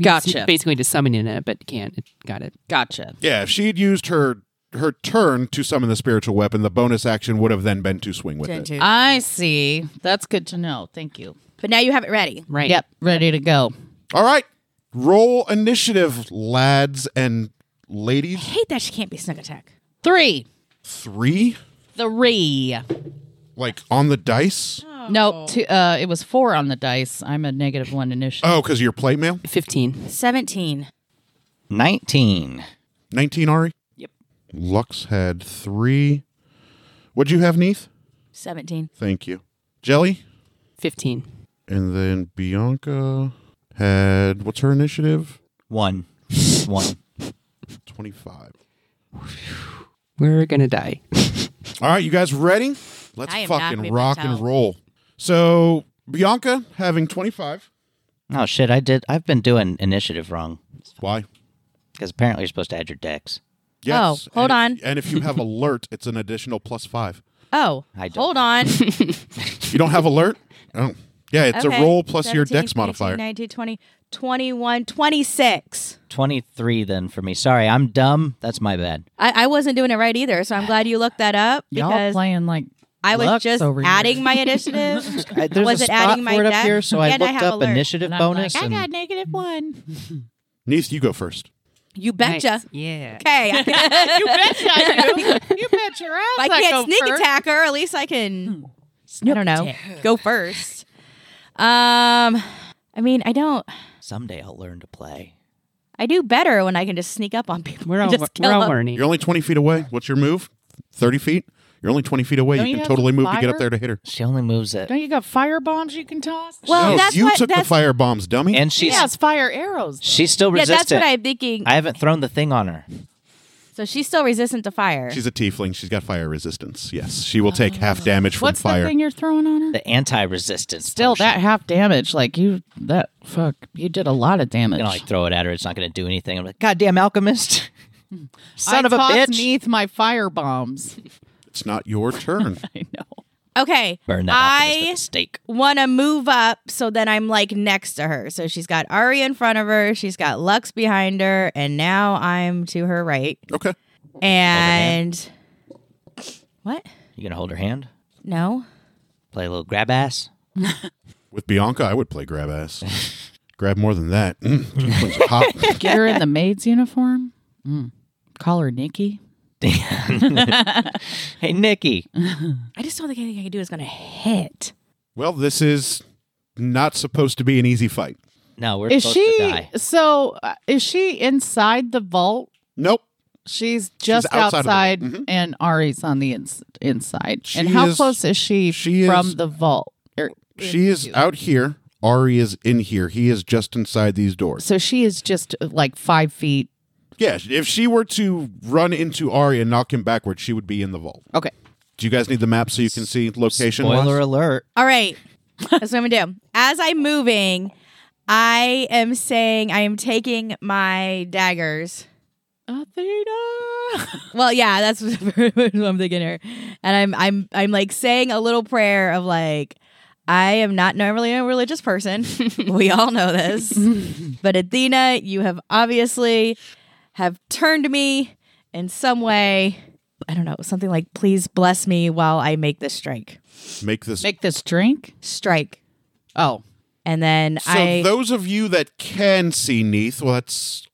Speaker 5: Gotcha.
Speaker 4: Basically just summoning it, but can't. Got it.
Speaker 5: Gotcha.
Speaker 1: Yeah, if she had used her her turn to summon the spiritual weapon, the bonus action would have then been to swing with it.
Speaker 5: I see. That's good to know. Thank you.
Speaker 6: Uh, But now you have it ready.
Speaker 4: Right.
Speaker 5: Yep, ready to go.
Speaker 1: All right, roll initiative, lads and ladies.
Speaker 6: hate that she can't be sneak attack.
Speaker 5: 3.
Speaker 1: Three,
Speaker 5: 3.
Speaker 1: like on the dice.
Speaker 5: No, two, uh it was 4 on the dice. I'm a negative 1 initiative.
Speaker 1: Oh, because of your plate mail.
Speaker 4: 15.
Speaker 6: 17.
Speaker 3: 19.
Speaker 1: Nineteen, Ari.
Speaker 3: Yep.
Speaker 1: Lux had three. What'd you have, Neith?
Speaker 6: 17.
Speaker 1: Thank you, Jelly.
Speaker 4: 15.
Speaker 1: And then Bianca had what's her initiative?
Speaker 3: One. One.
Speaker 1: Twenty-five.
Speaker 4: We're going to die.
Speaker 1: All right, you guys ready? Let's
Speaker 6: I am not
Speaker 1: fucking
Speaker 6: moving
Speaker 1: rock
Speaker 6: the
Speaker 1: and
Speaker 6: towel.
Speaker 1: roll. So Bianca having twenty five.
Speaker 3: Oh, shit. I did. I've been doing initiative wrong
Speaker 1: Why?
Speaker 3: because apparently you're supposed to add your decks.
Speaker 1: Yes.
Speaker 6: Oh, hold
Speaker 1: and
Speaker 6: on.
Speaker 1: If, and if you have alert, it's an additional plus five.
Speaker 6: Oh,
Speaker 3: I don't.
Speaker 6: hold on.
Speaker 1: You don't have alert? Oh. Yeah, it's
Speaker 6: Okay.
Speaker 1: a roll plus your
Speaker 6: 17,
Speaker 1: dex modifier.
Speaker 6: 18, 19, 20, 21, 26.
Speaker 3: 23 then for me. Sorry, I'm dumb. That's my bad.
Speaker 6: I, I wasn't doing it right either, so I'm glad you looked that up
Speaker 5: Y'all
Speaker 6: because
Speaker 5: playing like
Speaker 6: I was
Speaker 5: Lux
Speaker 6: just
Speaker 5: over here.
Speaker 6: adding my initiative.
Speaker 3: I, there's
Speaker 6: Was
Speaker 3: a
Speaker 6: it
Speaker 3: spot
Speaker 6: adding my
Speaker 3: for it up
Speaker 6: deck?
Speaker 3: here, so I
Speaker 6: And I
Speaker 3: looked
Speaker 6: have
Speaker 3: up
Speaker 6: alert.
Speaker 3: initiative
Speaker 5: And I'm
Speaker 3: bonus.
Speaker 5: like, I
Speaker 3: and
Speaker 5: got negative one.
Speaker 1: Neith, you go first.
Speaker 6: You betcha.
Speaker 4: Nice. Yeah.
Speaker 6: Okay. I can-
Speaker 5: you bet I do. You bet your ass.
Speaker 6: if I can't sneak attack her, at least I
Speaker 4: Hmm.
Speaker 6: can. I don't know. Go first. Um, I mean, I don't.
Speaker 3: Someday I'll learn to play.
Speaker 6: I do better when I can just sneak up on people.
Speaker 4: We're
Speaker 6: and
Speaker 4: all
Speaker 6: just
Speaker 4: we're
Speaker 6: kill
Speaker 4: all
Speaker 6: them.
Speaker 4: learning.
Speaker 1: You're only 20 feet away. What's your move? 30 feet? You're only 20 feet away.
Speaker 5: Don't
Speaker 1: you
Speaker 5: you
Speaker 1: can
Speaker 5: have
Speaker 1: totally move to get
Speaker 5: fire?
Speaker 1: up there to hit her.
Speaker 3: She only moves it.
Speaker 5: Don't you got fire bombs you can toss?
Speaker 6: Well,
Speaker 1: no,
Speaker 6: Oh, that's
Speaker 1: you
Speaker 6: what
Speaker 1: took the
Speaker 6: that's,
Speaker 1: fire bombs, dummy.
Speaker 3: And she's
Speaker 5: yeah, it's fire arrows.
Speaker 3: she's still
Speaker 6: Yeah,
Speaker 3: resistant.
Speaker 6: that's what I'm thinking.
Speaker 3: I haven't thrown the thing on her.
Speaker 6: so she's still resistant to fire.
Speaker 1: She's a tiefling. She's got fire resistance. Yes, she will take half damage from
Speaker 5: What's
Speaker 1: fire.
Speaker 5: the thing you're throwing on her?
Speaker 3: The anti-resistance.
Speaker 5: Still,
Speaker 3: potion.
Speaker 5: that half damage. Like you, that fuck, you did a lot of damage.
Speaker 3: You know, like throw it at her. It's not going to do anything. I'm like, goddamn alchemist, son
Speaker 5: I
Speaker 3: of a
Speaker 5: tossed
Speaker 3: bitch.
Speaker 5: Neath my fire bombs.
Speaker 1: it's not your turn.
Speaker 5: I know.
Speaker 6: okay.
Speaker 3: Burn that alchemist at
Speaker 6: I
Speaker 3: the stake.
Speaker 6: want to move up so then I'm like next to her. So she's got Ari in front of her, she's got Lux behind her, and now I'm to her right.
Speaker 1: okay.
Speaker 6: And what?
Speaker 3: You gonna hold her hand?
Speaker 6: No.
Speaker 3: Play a little grab ass.
Speaker 1: With Bianca, I would play grab ass. grab more than that. Mm, tieflings are hot.
Speaker 5: Get her in the maid's uniform. Mm. Call her Nikki.
Speaker 3: Hey, Nikki.
Speaker 6: I just don't think anything I can do is going to hit.
Speaker 1: well, this is not supposed to be an easy fight.
Speaker 3: No, we're
Speaker 5: Is
Speaker 3: supposed
Speaker 5: she
Speaker 3: to die.
Speaker 5: so? Uh, is she inside the vault?
Speaker 1: Nope.
Speaker 5: She's just
Speaker 1: outside of the
Speaker 5: outside,
Speaker 1: vault. Mhm.
Speaker 5: and Ari's on the ins- inside.
Speaker 1: She
Speaker 5: and how
Speaker 1: is-
Speaker 5: close is she,
Speaker 1: she
Speaker 5: from
Speaker 1: is-
Speaker 5: the vault? Er, Or-
Speaker 1: She is out here. Ari is in here. He is just inside these doors.
Speaker 5: so she is just uh, like five feet.
Speaker 1: Yeah, if she were to run into Ari and knock him backwards, she would be in the vault.
Speaker 5: Okay.
Speaker 1: Do you guys need the map so you can see location?
Speaker 3: Spoiler alert.
Speaker 6: All right. That's what I'm going to do. As I'm moving, I am saying I am taking my daggers.
Speaker 5: Athena.
Speaker 6: Well, yeah, that's what I'm thinking here. And I'm I'm I'm like saying a little prayer of like I am not normally a religious person. we all know this. but Athena, you have obviously have turned me in some way. I don't know, something like please bless me while I make this strike.
Speaker 1: Make this.
Speaker 5: Make this drink.
Speaker 6: Strike.
Speaker 5: Oh,
Speaker 6: And then
Speaker 1: so
Speaker 6: I
Speaker 1: those of you that can see Neath, well, that's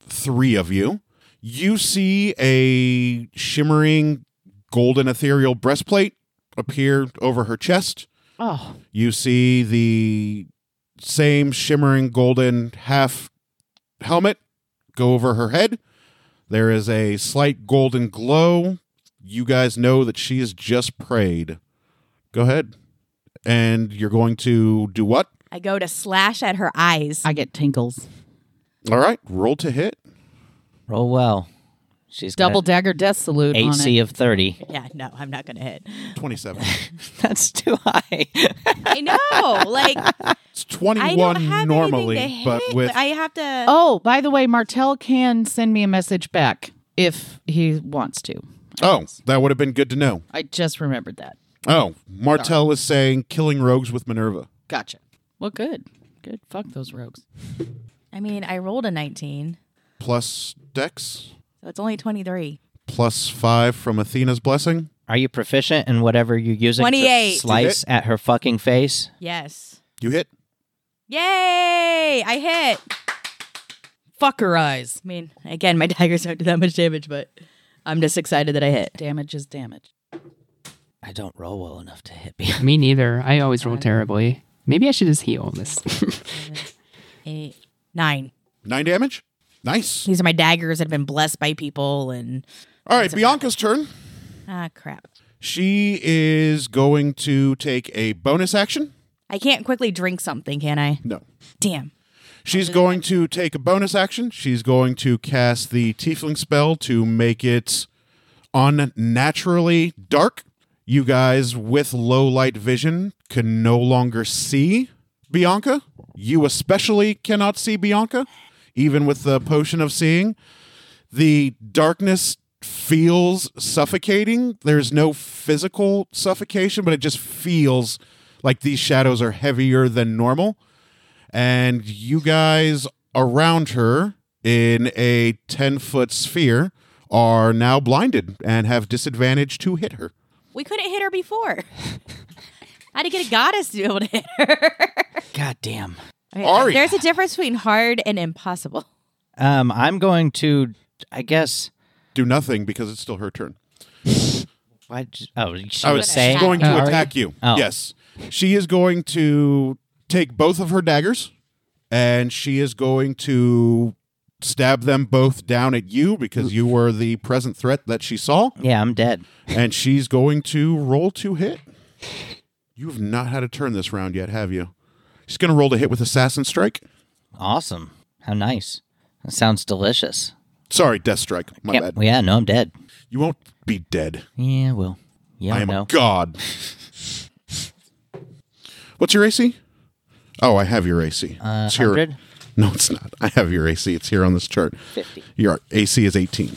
Speaker 1: three of you. You see a shimmering golden ethereal breastplate appear over her chest.
Speaker 5: oh,
Speaker 1: You see the same shimmering golden half helmet go over her head. There is a slight golden glow. You guys know that she has just prayed. Go ahead. And you're going to do what?
Speaker 6: I go to slash at her eyes.
Speaker 5: I get tingles.
Speaker 1: All right, roll to hit.
Speaker 3: Roll well. She's got
Speaker 5: Double dagger death salute. on it.
Speaker 3: AC of thirty.
Speaker 6: yeah, no, I'm not going to hit.
Speaker 1: 27.
Speaker 3: That's too high.
Speaker 6: I know. Like
Speaker 1: It's
Speaker 6: I
Speaker 1: 21
Speaker 6: don't have anything to
Speaker 1: normally,
Speaker 6: hit,
Speaker 1: but with
Speaker 6: I have to
Speaker 5: Oh, by the way, Martel can send me a message back if he wants to.
Speaker 1: Oh, that would have been good to know.
Speaker 5: I just remembered that.
Speaker 1: Oh, Martel is saying killing rogues with Minerva.
Speaker 5: Gotcha. Well, good. Good. Fuck those rogues.
Speaker 6: I mean, I rolled a 19,
Speaker 1: Plus dex,
Speaker 6: so it's only 23.
Speaker 1: plus 5 from Athena's blessing.
Speaker 3: Are you proficient in whatever you're using? to
Speaker 6: 28.
Speaker 3: Slice at her fucking face.
Speaker 6: Yes.
Speaker 1: You hit.
Speaker 6: Yay! I hit.
Speaker 5: Fuck her eyes.
Speaker 6: I mean, again, my daggers don't do that much damage, but I'm just excited that I hit.
Speaker 5: Damage is damage.
Speaker 3: I don't roll well enough to hit me.
Speaker 4: Me neither. I always
Speaker 1: Uh,
Speaker 4: roll terribly. Maybe I should just heal this.
Speaker 6: Eight, nine.
Speaker 1: 9 damage. Nice.
Speaker 6: These are my daggers that have been blessed by people, and
Speaker 1: All right, Bianca's turn.
Speaker 6: ah, crap.
Speaker 1: She is going to take a bonus action.
Speaker 6: I can't quickly drink something, can I?
Speaker 1: No.
Speaker 6: Damn.
Speaker 1: She's going to take a bonus action. She's going to cast the Tiefling spell to make it unnaturally dark. You guys with low light vision can no longer see Bianca. You especially cannot see Bianca, even with the potion of seeing. The darkness feels suffocating. There's no physical suffocation, but it just feels like these shadows are heavier than normal and you guys around her in a 10 foot sphere are now blinded and have disadvantage to hit her.
Speaker 6: We couldn't hit her before. How to get a goddess to be able to hit her?
Speaker 3: God damn.
Speaker 1: Ari.
Speaker 6: There's a difference between hard and impossible.
Speaker 3: Um, I'm going to, I guess.
Speaker 1: Do nothing because it's still her turn.
Speaker 3: I j- oh, she
Speaker 1: I
Speaker 3: was
Speaker 1: was
Speaker 3: saying.
Speaker 1: going
Speaker 3: Oh,
Speaker 1: to
Speaker 3: are
Speaker 1: attack you.
Speaker 3: Oh.
Speaker 1: Yes. She is going to take both of her daggers and she is going to stab them both down at you because you were the present threat that she saw.
Speaker 3: you? Yeah, I'm dead.
Speaker 1: And she's going to roll to hit. You have not had a turn this round yet, have you? She's going to roll to hit with Assassin Strike.
Speaker 3: Awesome. How nice. That sounds delicious.
Speaker 1: Sorry, Death Strike. My
Speaker 3: Yep.
Speaker 1: bad.
Speaker 3: Well, yeah, no, I'm dead.
Speaker 1: You won't be dead.
Speaker 3: Yeah, well, yeah,
Speaker 1: I am
Speaker 3: no.
Speaker 1: a god. What's your AC? Oh, I have your AC.
Speaker 3: Uh,
Speaker 1: It's here-
Speaker 3: 100?
Speaker 1: No, it's not. I have your AC. It's here on this chart.
Speaker 3: 50.
Speaker 1: Your AC is 18.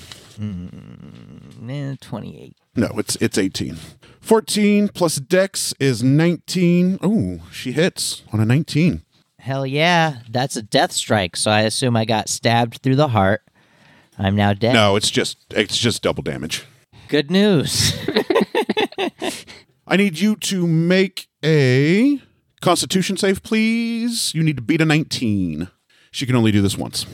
Speaker 3: Eh, 28.
Speaker 1: No, it's it's 18. 14 plus Dex is 19. Oh, she hits on a 19.
Speaker 3: Hell yeah. That's a death strike. So I assume I got stabbed through the heart. I'm now dead.
Speaker 1: No, it's just it's just double damage.
Speaker 3: Good news.
Speaker 1: I need you to make a Constitution save, please. You need to beat a 19. She can only do this once.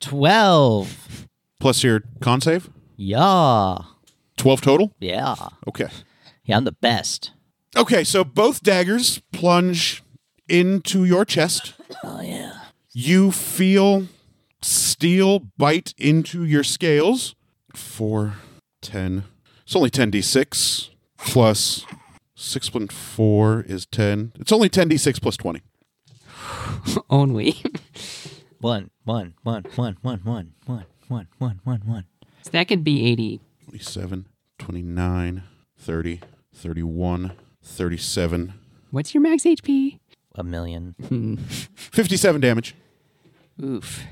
Speaker 3: 12.
Speaker 1: Plus your con save,
Speaker 3: Yeah.
Speaker 1: 12 total.
Speaker 3: Yeah.
Speaker 1: Okay.
Speaker 3: Yeah, I'm the best.
Speaker 1: Okay, so both daggers plunge into your chest.
Speaker 3: Oh, yeah.
Speaker 1: You feel steel bite into your scales. Four, ten. It's only 10d6 plus 6 plus 4 is 10. It's only 10d6 plus 20.
Speaker 7: Only.
Speaker 3: One, one, one, one, one, one, one, one, one, one, one.
Speaker 7: so that could be 80.
Speaker 1: 27, 29, 30, 31, 37,
Speaker 7: What's your max HP?
Speaker 3: A million.
Speaker 1: 57 damage.
Speaker 7: Oof.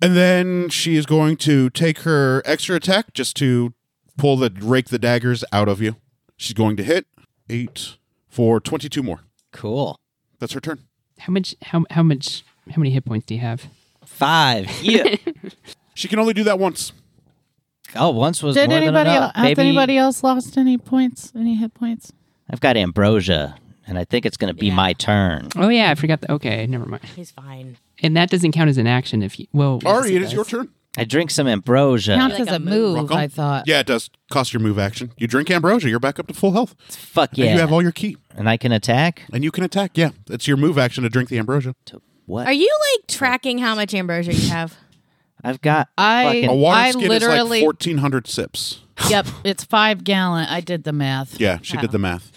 Speaker 1: And then she is going to take her extra attack just to pull the rake the daggers out of you. She's going to hit eight for 22 more.
Speaker 3: Cool.
Speaker 1: That's her turn.
Speaker 4: How much? How how much? How many hit points do you have?
Speaker 3: Five. Yeah.
Speaker 1: She can only do that once.
Speaker 3: oh, once was
Speaker 5: Did
Speaker 3: more
Speaker 5: anybody
Speaker 3: than
Speaker 5: else,
Speaker 3: enough.
Speaker 5: has
Speaker 3: baby.
Speaker 5: anybody else lost any points? Any hit points?
Speaker 3: I've got ambrosia, and I think it's going to be my turn.
Speaker 4: Oh yeah, I forgot. The, okay, never mind.
Speaker 6: He's fine.
Speaker 4: And that doesn't count as an action if you. Well, yes,
Speaker 1: Ari, it is
Speaker 4: does.
Speaker 1: your turn.
Speaker 3: I drink some ambrosia.
Speaker 5: Counts
Speaker 6: like
Speaker 5: as a
Speaker 6: a move.
Speaker 1: Rock
Speaker 5: move,
Speaker 1: on.
Speaker 5: I thought.
Speaker 1: Yeah, it does cost your move action. You drink ambrosia, you're back up to full health.
Speaker 3: Fuck yeah.
Speaker 1: And you have all your key.
Speaker 3: and I can attack?
Speaker 1: And you can attack. Yeah, it's your move action to drink the ambrosia.
Speaker 3: To what?
Speaker 6: Are you like tracking how much ambrosia you have?
Speaker 3: I've got
Speaker 5: I-
Speaker 1: A
Speaker 3: fucking
Speaker 1: water
Speaker 5: I
Speaker 1: skin is like
Speaker 5: literally-
Speaker 1: 1,400 sips.
Speaker 5: Yep, it's five gallon. I did the math.
Speaker 1: Yeah, she did the math.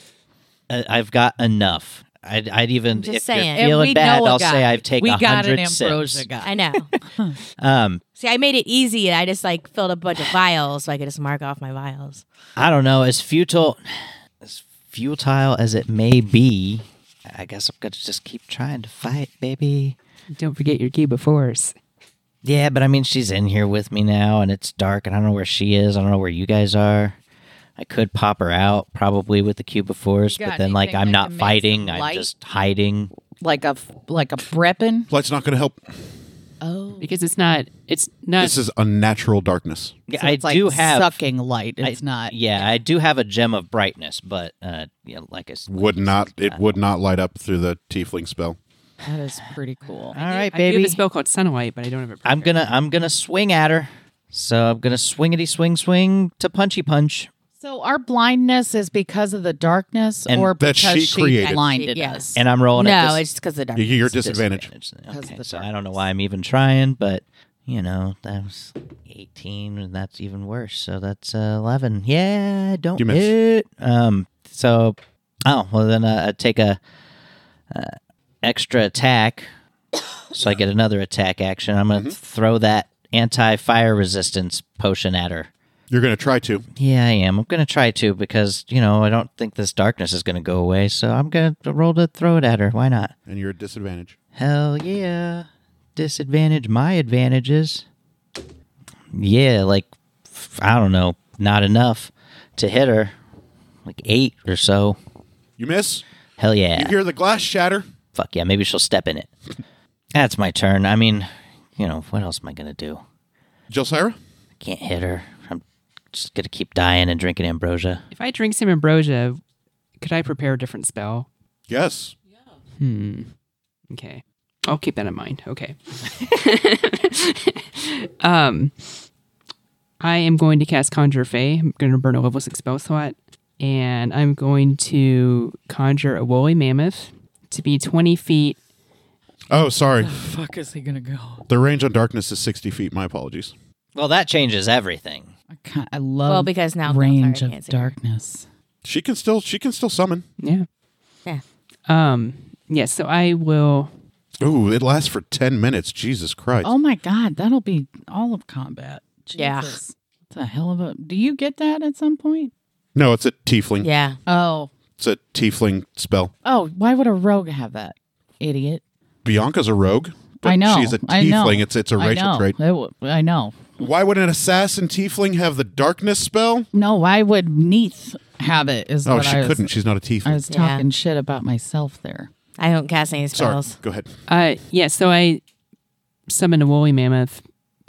Speaker 3: I- uh, I've got enough. I'd, I'd even
Speaker 6: just
Speaker 3: if
Speaker 6: saying.
Speaker 3: you're
Speaker 6: And
Speaker 3: feeling
Speaker 5: we
Speaker 3: bad,
Speaker 5: know a
Speaker 3: I'll
Speaker 5: guy.
Speaker 3: say I've taken
Speaker 5: We got an
Speaker 3: 100 sips.
Speaker 5: ambrosia guy.
Speaker 6: I know.
Speaker 3: Um,
Speaker 6: See, I made it easy. I just like filled a bunch of vials, so I could just mark off my vials.
Speaker 3: I don't know. As futile, as futile as it may be, I guess I'm gonna just keep trying to fight, baby.
Speaker 4: Don't forget your key befores.
Speaker 3: Yeah, but I mean, she's in here with me now, and it's dark, and I don't know where she is. I don't know where you guys are. I could pop her out probably with the Cuba Force,
Speaker 5: You got
Speaker 3: but then like
Speaker 5: anything
Speaker 3: I'm
Speaker 5: that
Speaker 3: not
Speaker 5: can make
Speaker 3: fighting.
Speaker 5: some
Speaker 3: I'm
Speaker 5: light?
Speaker 3: just hiding.
Speaker 5: Like a like a breppin.
Speaker 1: Light's not going to help.
Speaker 5: Oh,
Speaker 4: Because it's not. It's not.
Speaker 1: This is unnatural darkness.
Speaker 3: Yeah,
Speaker 5: So
Speaker 3: I
Speaker 5: it's like
Speaker 3: do have.
Speaker 5: sucking light. It's not.
Speaker 3: Yeah, I do have a gem of brightness, but uh, yeah, like I s-
Speaker 1: Would not. It would not light up through the tiefling spell.
Speaker 5: That is pretty
Speaker 3: All
Speaker 5: cool.
Speaker 3: right,
Speaker 4: I do have
Speaker 3: baby.
Speaker 4: a spell called Sunlight, but I don't have it.
Speaker 3: I'm gonna I'm gonna swing at her. So I'm gonna swingity swing swing to punchy punch.
Speaker 5: So our blindness is because of the darkness,
Speaker 3: And
Speaker 5: or
Speaker 1: that
Speaker 5: because
Speaker 1: she created.
Speaker 5: blinded
Speaker 6: Yeah.
Speaker 5: us.
Speaker 3: and I'm rolling. at
Speaker 6: no,
Speaker 3: dis-
Speaker 6: it's because of the
Speaker 1: You
Speaker 6: dark.
Speaker 1: get your disadvantage.
Speaker 5: Because
Speaker 3: Okay,
Speaker 5: of the
Speaker 3: so I don't know why I'm even trying, but you know that was 18, and that's even worse. So that's uh, 11. Yeah, don't
Speaker 1: You miss.
Speaker 3: hit. Um, so oh well, then uh, I take a uh, extra attack, so I get another attack action. I'm gonna throw that anti fire resistance potion at her.
Speaker 1: You're going to try to.
Speaker 3: Yeah, I am. I'm gonna try to because you know I don't think this darkness is gonna go away. So I'm gonna roll to throw it at her. Why not?
Speaker 1: and you're at disadvantage.
Speaker 3: Hell yeah. Disadvantage, my advantages. Yeah, like, f- I don't know, not enough to hit her. Like eight or so.
Speaker 1: You miss.
Speaker 3: Hell yeah.
Speaker 1: You hear the glass shatter.
Speaker 3: Fuck yeah, maybe she'll step in it. That's my turn. I mean, you know, what else am I going to do?
Speaker 1: Jelsira,
Speaker 3: I can't hit her. I'm just going to keep dying and drinking ambrosia.
Speaker 4: If I drink some ambrosia, could I prepare a different spell?
Speaker 1: yes.
Speaker 4: Hmm. Okay.
Speaker 7: I'll keep that in mind. Okay. um, I am going to cast Conjure Fey. I'm going to burn a level six spell slot, and I'm going to conjure a woolly mammoth to be 20 feet.
Speaker 1: Oh, sorry.
Speaker 5: Fuck is he gonna go?
Speaker 1: The range on darkness is 60 feet. My apologies.
Speaker 3: Well, that changes everything.
Speaker 5: I, can't, I love
Speaker 6: Well, because now
Speaker 5: range
Speaker 6: Balthazar
Speaker 5: of
Speaker 6: can't see.
Speaker 5: darkness.
Speaker 1: She can still she can still summon.
Speaker 7: Yeah.
Speaker 6: Yeah.
Speaker 7: Um. Yes. so I will.
Speaker 1: Ooh, it lasts for 10 minutes. Jesus Christ.
Speaker 5: Oh my god, that'll be all of combat.
Speaker 6: Yeah.
Speaker 5: Jesus. It's a hell of a do you get that at some point?
Speaker 1: No, it's a tiefling.
Speaker 6: Yeah.
Speaker 5: Oh.
Speaker 1: It's a tiefling spell.
Speaker 5: Oh, why would a rogue have that? Idiot.
Speaker 1: Bianca's a rogue.
Speaker 5: I know.
Speaker 1: She's a
Speaker 5: I know.
Speaker 1: tiefling. It's it's a
Speaker 5: I
Speaker 1: racial
Speaker 5: know.
Speaker 1: trait.
Speaker 5: It w- I know.
Speaker 1: Why would an assassin tiefling have the darkness spell?
Speaker 5: No, why would Neith have it? Is
Speaker 1: Oh,
Speaker 5: what
Speaker 1: she
Speaker 5: I was-
Speaker 1: couldn't. She's not a
Speaker 5: I
Speaker 1: tiefling.
Speaker 5: was
Speaker 6: Yeah.
Speaker 5: talking shit about myself there.
Speaker 6: I don't cast any
Speaker 1: Sorry.
Speaker 6: spells.
Speaker 1: Go ahead.
Speaker 7: Uh. Yeah. So I summon a woolly mammoth,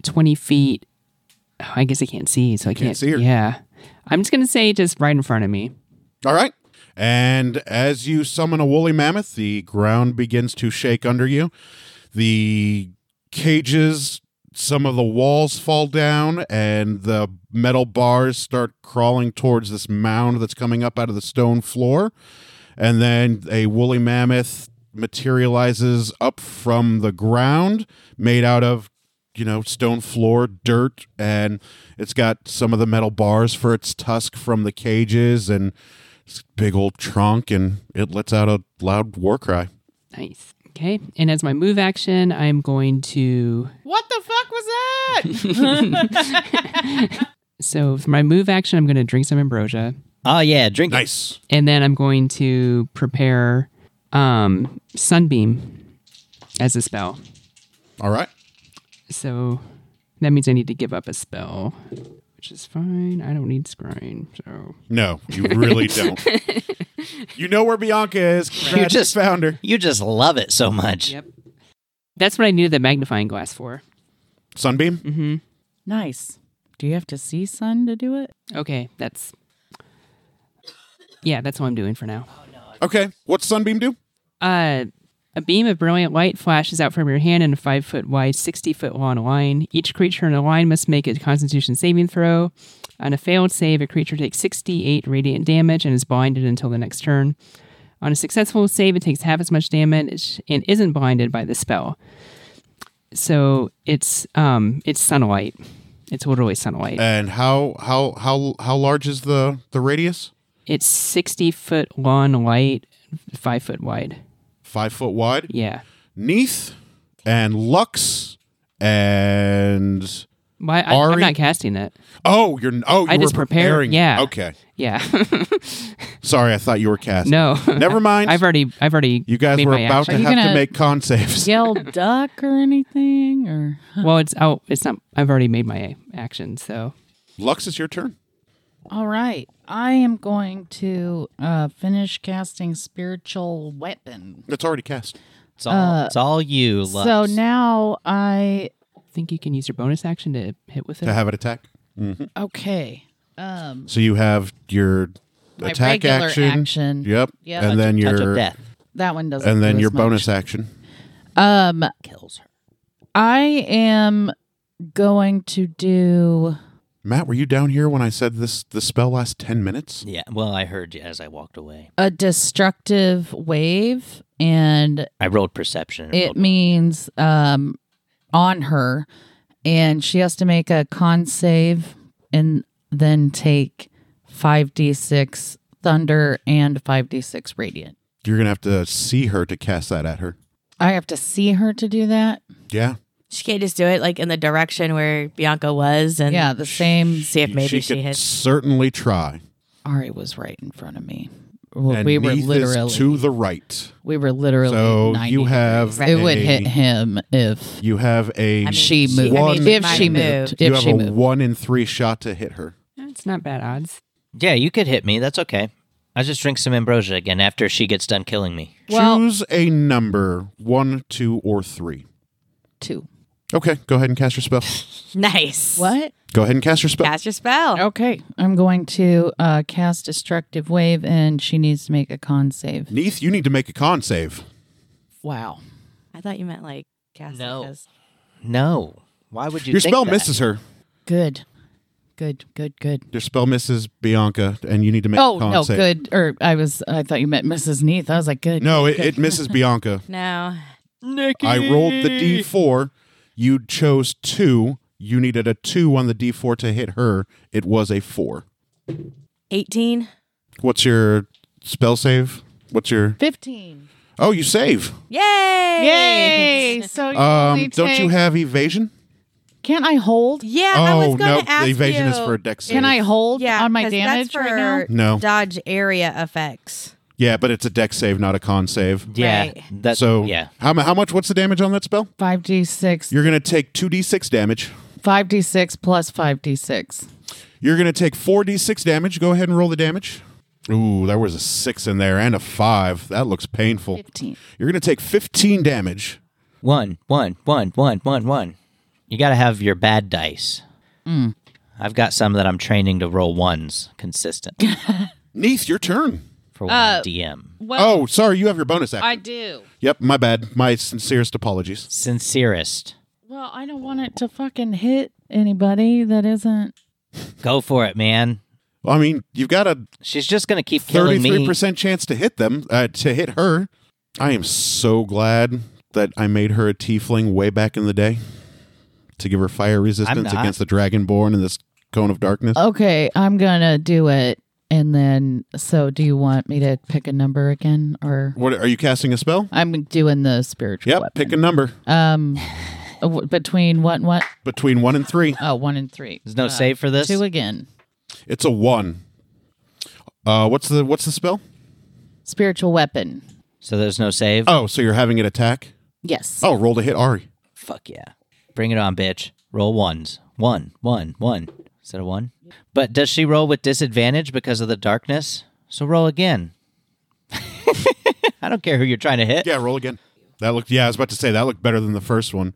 Speaker 7: 20 feet. Oh, I guess I can't see, so I can't,
Speaker 1: see her.
Speaker 7: Yeah. I'm just gonna say just right in front of me.
Speaker 1: All right. And as you summon a woolly mammoth, the ground begins to shake under you. The cages, some of the walls fall down, and the metal bars start crawling towards this mound that's coming up out of the stone floor. And then a woolly mammoth materializes up from the ground, made out of, you know, stone floor, dirt, and it's got some of the metal bars for its tusk from the cages and this big old trunk, and it lets out a loud war cry.
Speaker 7: Nice. Okay. And as my move action, I'm going to.
Speaker 5: What the fuck was that?
Speaker 7: So for my move action, I'm going to drink some ambrosia,
Speaker 3: Oh yeah, drink it.
Speaker 1: Nice.
Speaker 7: and then I'm going to prepare um, sunbeam as a spell.
Speaker 1: All right.
Speaker 7: So that means I need to give up a spell, which is fine. I don't need scrying. So
Speaker 1: No, you really don't. You know where Bianca is. Congrats, you
Speaker 3: just-
Speaker 1: just found her.
Speaker 3: You just love it so much.
Speaker 7: Yep. that's what I needed the magnifying glass for.
Speaker 1: Sunbeam.
Speaker 7: Mm-hmm.
Speaker 5: nice. Do you have to see sun to do it?
Speaker 7: Okay, that's yeah, that's what I'm doing for now.
Speaker 1: Okay. What's Sunbeam do?
Speaker 7: Uh, a beam of brilliant light flashes out from your hand in a five foot wide, 60 foot long line. Each creature in a line must make a constitution saving throw. On a failed save, a creature takes 68 radiant damage and is blinded until the next turn. On a successful save, it takes half as much damage and isn't blinded by the spell. So it's um it's sunlight. It's literally sunlight.
Speaker 1: And how how how how large is the the radius?
Speaker 7: it's sixty foot long light, five foot wide.
Speaker 1: Five foot wide.
Speaker 7: Yeah.
Speaker 1: Neath and Lux and
Speaker 7: Why I, I'm
Speaker 1: Ari-
Speaker 7: not casting it.
Speaker 1: oh, you're oh you
Speaker 7: I
Speaker 1: were
Speaker 7: just prepared-
Speaker 1: preparing.
Speaker 7: yeah.
Speaker 1: Okay.
Speaker 7: Yeah.
Speaker 1: Sorry, I thought you were cast.
Speaker 7: No,
Speaker 1: Never mind.
Speaker 7: I've already, I've already.
Speaker 1: you guys
Speaker 7: made
Speaker 1: were
Speaker 7: my
Speaker 1: about
Speaker 7: action.
Speaker 1: to
Speaker 5: you
Speaker 1: have to
Speaker 5: gonna-
Speaker 1: make con saves.
Speaker 5: Yell duck or anything or
Speaker 7: Well, it's out. It's not. I've already made my action. So
Speaker 1: Lux, it's your turn.
Speaker 5: All right. I am going to uh finish casting spiritual weapon.
Speaker 1: It's already cast.
Speaker 3: It's all it's all you, Lux.
Speaker 5: Uh, So now I
Speaker 7: I think you can use your bonus action to hit with it.
Speaker 1: To have it attack. Mm-hmm.
Speaker 5: okay. Um
Speaker 1: So you have your
Speaker 5: my
Speaker 1: attack
Speaker 5: regular
Speaker 1: action.
Speaker 5: action.
Speaker 1: Yep.
Speaker 5: Yep.
Speaker 1: And then
Speaker 3: touch of
Speaker 1: your
Speaker 3: death
Speaker 5: that one doesn't
Speaker 1: and
Speaker 5: do
Speaker 1: then
Speaker 5: as
Speaker 1: your
Speaker 5: much.
Speaker 1: bonus action.
Speaker 5: Um
Speaker 3: kills her.
Speaker 5: I am going to do
Speaker 1: Matt, were you down here when I said this the spell lasts 10 minutes?
Speaker 3: Yeah. Well, I heard you as I walked away.
Speaker 5: a destructive wave and
Speaker 3: I rolled perception. and
Speaker 5: it
Speaker 3: rolled-
Speaker 5: means um on her and she has to make a con save and then take 5d6 thunder and 5d6 radiant
Speaker 1: You're going to have to see her to cast that at her.
Speaker 5: i have to see her to do that
Speaker 1: Yeah.
Speaker 6: She can't just do it like in the direction where Bianca was and
Speaker 5: yeah the same
Speaker 6: see if maybe she,
Speaker 1: could
Speaker 6: hits.
Speaker 1: certainly try.
Speaker 5: ari was right in front of me Well,
Speaker 1: and
Speaker 5: we were
Speaker 1: Neith is
Speaker 5: literally
Speaker 1: to the right.
Speaker 5: we were literally
Speaker 1: So
Speaker 5: 90
Speaker 1: you have
Speaker 5: degrees. it would
Speaker 1: a-
Speaker 5: hit him if
Speaker 1: You have a
Speaker 6: I mean,
Speaker 5: she
Speaker 6: she-
Speaker 5: moved
Speaker 1: I mean,
Speaker 5: if
Speaker 1: she
Speaker 5: she
Speaker 1: might
Speaker 6: have
Speaker 5: moved
Speaker 6: moved.
Speaker 1: you
Speaker 5: if
Speaker 1: have
Speaker 5: she
Speaker 1: a
Speaker 5: moved
Speaker 1: 1 in 3 shot to hit her.
Speaker 7: It's not bad odds.
Speaker 3: yeah, you could hit me. That's okay. I just drink some ambrosia again after she gets done killing me.
Speaker 5: Well-
Speaker 1: Choose a number, 1, 2 or 3.
Speaker 5: two
Speaker 1: Okay, go ahead and cast your spell.
Speaker 6: Nice.
Speaker 5: what
Speaker 1: Go ahead and cast your spell.
Speaker 6: Cast your spell.
Speaker 5: Okay, I'm going to uh, cast Destructive Wave, and she needs to make a con save.
Speaker 1: Neith, you need to make a con save.
Speaker 5: Wow.
Speaker 6: I thought you meant like cast.
Speaker 3: No.
Speaker 6: it as-
Speaker 3: No. Why would you
Speaker 1: Your
Speaker 3: think
Speaker 1: spell
Speaker 3: that?
Speaker 1: misses her.
Speaker 5: Good. Good, good, good.
Speaker 1: Your spell misses Bianca, and you need to make
Speaker 5: Oh,
Speaker 1: a con
Speaker 5: no,
Speaker 1: save.
Speaker 5: good. Or I was, I thought you meant Mrs. Neath. I was like, good.
Speaker 1: No, it, it misses Bianca.
Speaker 6: No.
Speaker 3: Nikki.
Speaker 1: I rolled the d4. You chose two. You needed a two on the d4 to hit her. It was a four.
Speaker 6: 18.
Speaker 1: What's your spell save? What's your.
Speaker 5: 15.
Speaker 1: Oh, you save.
Speaker 6: Yay!
Speaker 5: Yay! So you
Speaker 1: Um,
Speaker 5: only
Speaker 1: don't you
Speaker 5: take-
Speaker 1: have evasion?
Speaker 5: Can't I hold?
Speaker 6: Yeah, I
Speaker 1: oh,
Speaker 6: was
Speaker 1: no.
Speaker 6: going to ask
Speaker 1: the evasion
Speaker 6: you.
Speaker 1: is for a dex save.
Speaker 5: Can I hold
Speaker 6: yeah,
Speaker 5: on my
Speaker 6: 'cause that's
Speaker 5: damage
Speaker 6: for
Speaker 5: right now?
Speaker 1: No.
Speaker 6: Dodge area effects.
Speaker 1: Yeah, but it's a dex save, not a con save.
Speaker 3: Yeah.
Speaker 6: Right.
Speaker 3: That,
Speaker 1: So,
Speaker 3: yeah.
Speaker 1: How, mu- how much? What's the damage on that spell?
Speaker 5: 5d6.
Speaker 1: You're going to take 2d6 damage.
Speaker 5: 5d6 plus 5d6.
Speaker 1: You're going to take 4d6 damage. Go ahead and roll the damage. Ooh, there was a 6 in there and a 5. That looks painful.
Speaker 5: 15.
Speaker 1: You're going to take 15 damage.
Speaker 3: One, one, one, one, one, one. You got to have your bad dice.
Speaker 5: Mm.
Speaker 3: I've got some that I'm training to roll ones consistent
Speaker 1: Neath, your turn.
Speaker 3: for one
Speaker 5: Uh,
Speaker 3: DM.
Speaker 1: oh, sorry, you have your bonus action.
Speaker 5: I do.
Speaker 1: yep, my bad. My sincerest apologies.
Speaker 3: Sincerest.
Speaker 5: Well, I don't want it to fucking hit anybody that isn't.
Speaker 3: Go for it, man.
Speaker 1: I mean, you've got a
Speaker 3: She's just going to keep killing me.
Speaker 1: 33% chance to hit them, uh, to hit her. I am so glad that I made her a tiefling way back in the day to give her fire resistance
Speaker 3: not. Oh.
Speaker 1: against the dragonborn and this cone of darkness.
Speaker 5: Okay, I'm gonna do it. And then, so do you want me to pick a number again, or
Speaker 1: What are you casting a spell?
Speaker 5: I'm doing the spiritual?
Speaker 1: Yep,
Speaker 5: weapon.
Speaker 1: pick a number
Speaker 5: um w- between what and what?
Speaker 1: between 1 and 3.
Speaker 5: Oh, one and three.
Speaker 3: There's no save for this.
Speaker 5: Two again.
Speaker 1: It's a 1. Uh, what's the what's the spell?
Speaker 5: Spiritual weapon.
Speaker 3: So there's no save.
Speaker 1: Oh, so you're having it attack?
Speaker 5: Yes.
Speaker 1: Oh, roll to hit Ari.
Speaker 3: Fuck yeah. Bring it on, bitch. Roll ones. One, one, one. Is that a one? But does she roll with disadvantage because of the darkness? So roll again. I don't care who you're trying to hit.
Speaker 1: Yeah, roll again. That looked yeah, I was about to say that looked better than the first one.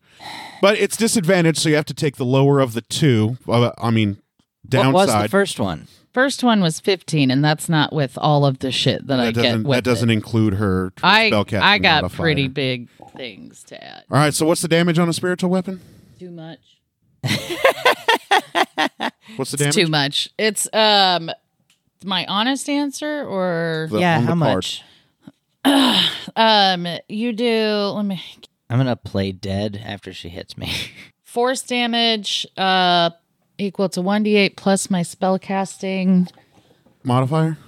Speaker 1: But it's disadvantage, so you have to take the lower of the two. Uh, I mean,
Speaker 3: What
Speaker 1: downside.
Speaker 3: was the first one?
Speaker 5: First one was 15, and that's not with all of the shit that, I
Speaker 1: that
Speaker 5: get.
Speaker 1: doesn't
Speaker 5: With
Speaker 1: that doesn't
Speaker 5: It.
Speaker 1: include her
Speaker 5: I
Speaker 1: spellcasting
Speaker 5: I got
Speaker 1: modifier.
Speaker 5: pretty big things to add.
Speaker 1: All right, so what's the damage on a spiritual weapon?
Speaker 5: Too much.
Speaker 1: What's the
Speaker 5: It's
Speaker 1: damage?
Speaker 5: too much. It's um my honest answer or
Speaker 1: The-
Speaker 3: yeah,
Speaker 1: on the
Speaker 3: how
Speaker 1: card.
Speaker 3: much?
Speaker 5: um you do let me
Speaker 3: I'm gonna play dead after she hits me.
Speaker 5: force damage uh equal to 1d8 plus my spell casting.
Speaker 1: Modifier?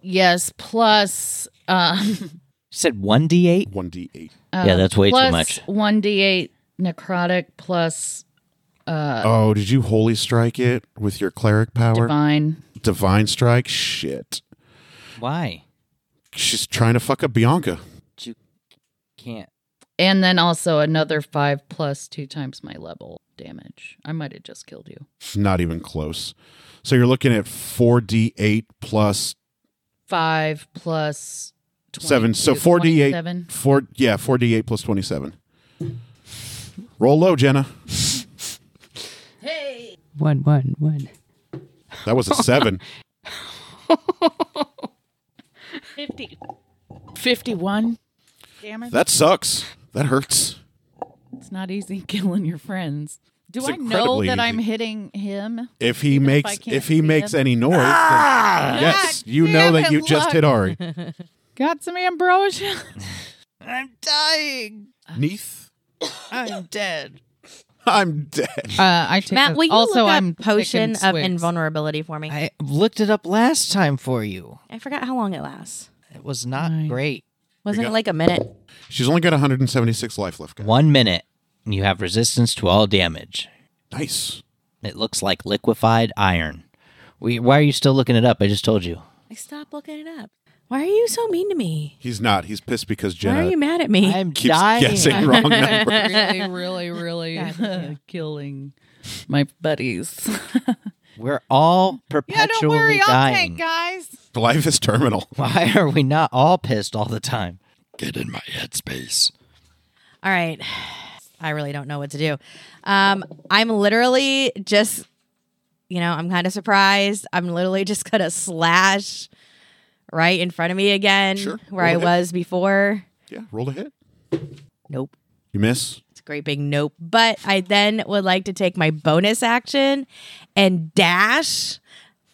Speaker 5: Yes, plus um
Speaker 3: she said one d8.
Speaker 1: 1d8.
Speaker 3: yeah, that's way too
Speaker 5: plus
Speaker 3: much.
Speaker 5: 1d8 necrotic plus
Speaker 1: oh, did you holy strike it with your cleric power? Divine,
Speaker 5: divine.
Speaker 1: strike? Shit.
Speaker 3: Why?
Speaker 1: She's trying to fuck up Bianca.
Speaker 3: You can't.
Speaker 5: And then also another 5 plus 2 times my level damage. I might have just killed you.
Speaker 1: Not even close. So you're looking at 4d8 plus
Speaker 5: 5 plus
Speaker 1: 7. So 4d8.
Speaker 5: 4d8
Speaker 1: Four, yeah, 4d8 plus 27. Roll low, Jenna.
Speaker 7: One, one, one.
Speaker 1: That was a 7.
Speaker 5: 51 damage.
Speaker 1: that sucks. That hurts.
Speaker 5: It's not easy killing your friends. Do
Speaker 1: It's
Speaker 5: I know
Speaker 1: incredibly
Speaker 5: that I'm
Speaker 1: easy.
Speaker 5: hitting him?
Speaker 1: If he makes if,
Speaker 5: can't
Speaker 1: he
Speaker 5: see
Speaker 1: makes
Speaker 5: him.
Speaker 1: any noise, then- yes, you know
Speaker 5: damn
Speaker 1: that
Speaker 5: it,
Speaker 1: you just
Speaker 5: look.
Speaker 1: hit Ari.
Speaker 5: Got some ambrosia.
Speaker 3: I'm dying.
Speaker 1: Neath,
Speaker 3: I'm dead.
Speaker 1: I'm dead.
Speaker 5: Uh, I take
Speaker 6: Matt,
Speaker 5: a-
Speaker 6: will you
Speaker 5: also
Speaker 6: look up
Speaker 5: I'm
Speaker 6: potion
Speaker 5: picking
Speaker 6: of
Speaker 5: twigs.
Speaker 6: invulnerability for me? I,
Speaker 3: I looked it up last time for you.
Speaker 6: forgot how long it lasts.
Speaker 3: It was not
Speaker 5: Right.
Speaker 3: great.
Speaker 6: Wasn't
Speaker 1: go.
Speaker 6: it like a minute?
Speaker 1: She's only got 176 life left. guys.
Speaker 3: One minute, and you have resistance to all damage.
Speaker 1: Nice.
Speaker 3: It looks like liquefied iron. We, why are you still looking it up? I just told you.
Speaker 6: Like, stop looking it up. Why are you so mean to me?
Speaker 1: He's not. He's pissed because
Speaker 6: Why
Speaker 1: Jenna
Speaker 6: are you mad at me?
Speaker 3: I'm
Speaker 1: keeps
Speaker 3: dying.
Speaker 1: guessing wrong number.
Speaker 5: really, really, really killing my buddies.
Speaker 3: We're all perpetually dying.
Speaker 5: guys.
Speaker 1: Life is terminal.
Speaker 3: why are we not all pissed all the time? Get in my headspace.
Speaker 6: All right. I really don't know what to do. Um, I'm literally just, you know, I'm kind of surprised. I'm literally just going to slash right in front of me again
Speaker 1: Sure.
Speaker 6: where I
Speaker 1: Go ahead.
Speaker 6: was before.
Speaker 1: Yeah, roll a hit.
Speaker 6: Nope.
Speaker 1: You miss?
Speaker 6: It's a great big nope. But I then would like to take my bonus action and dash.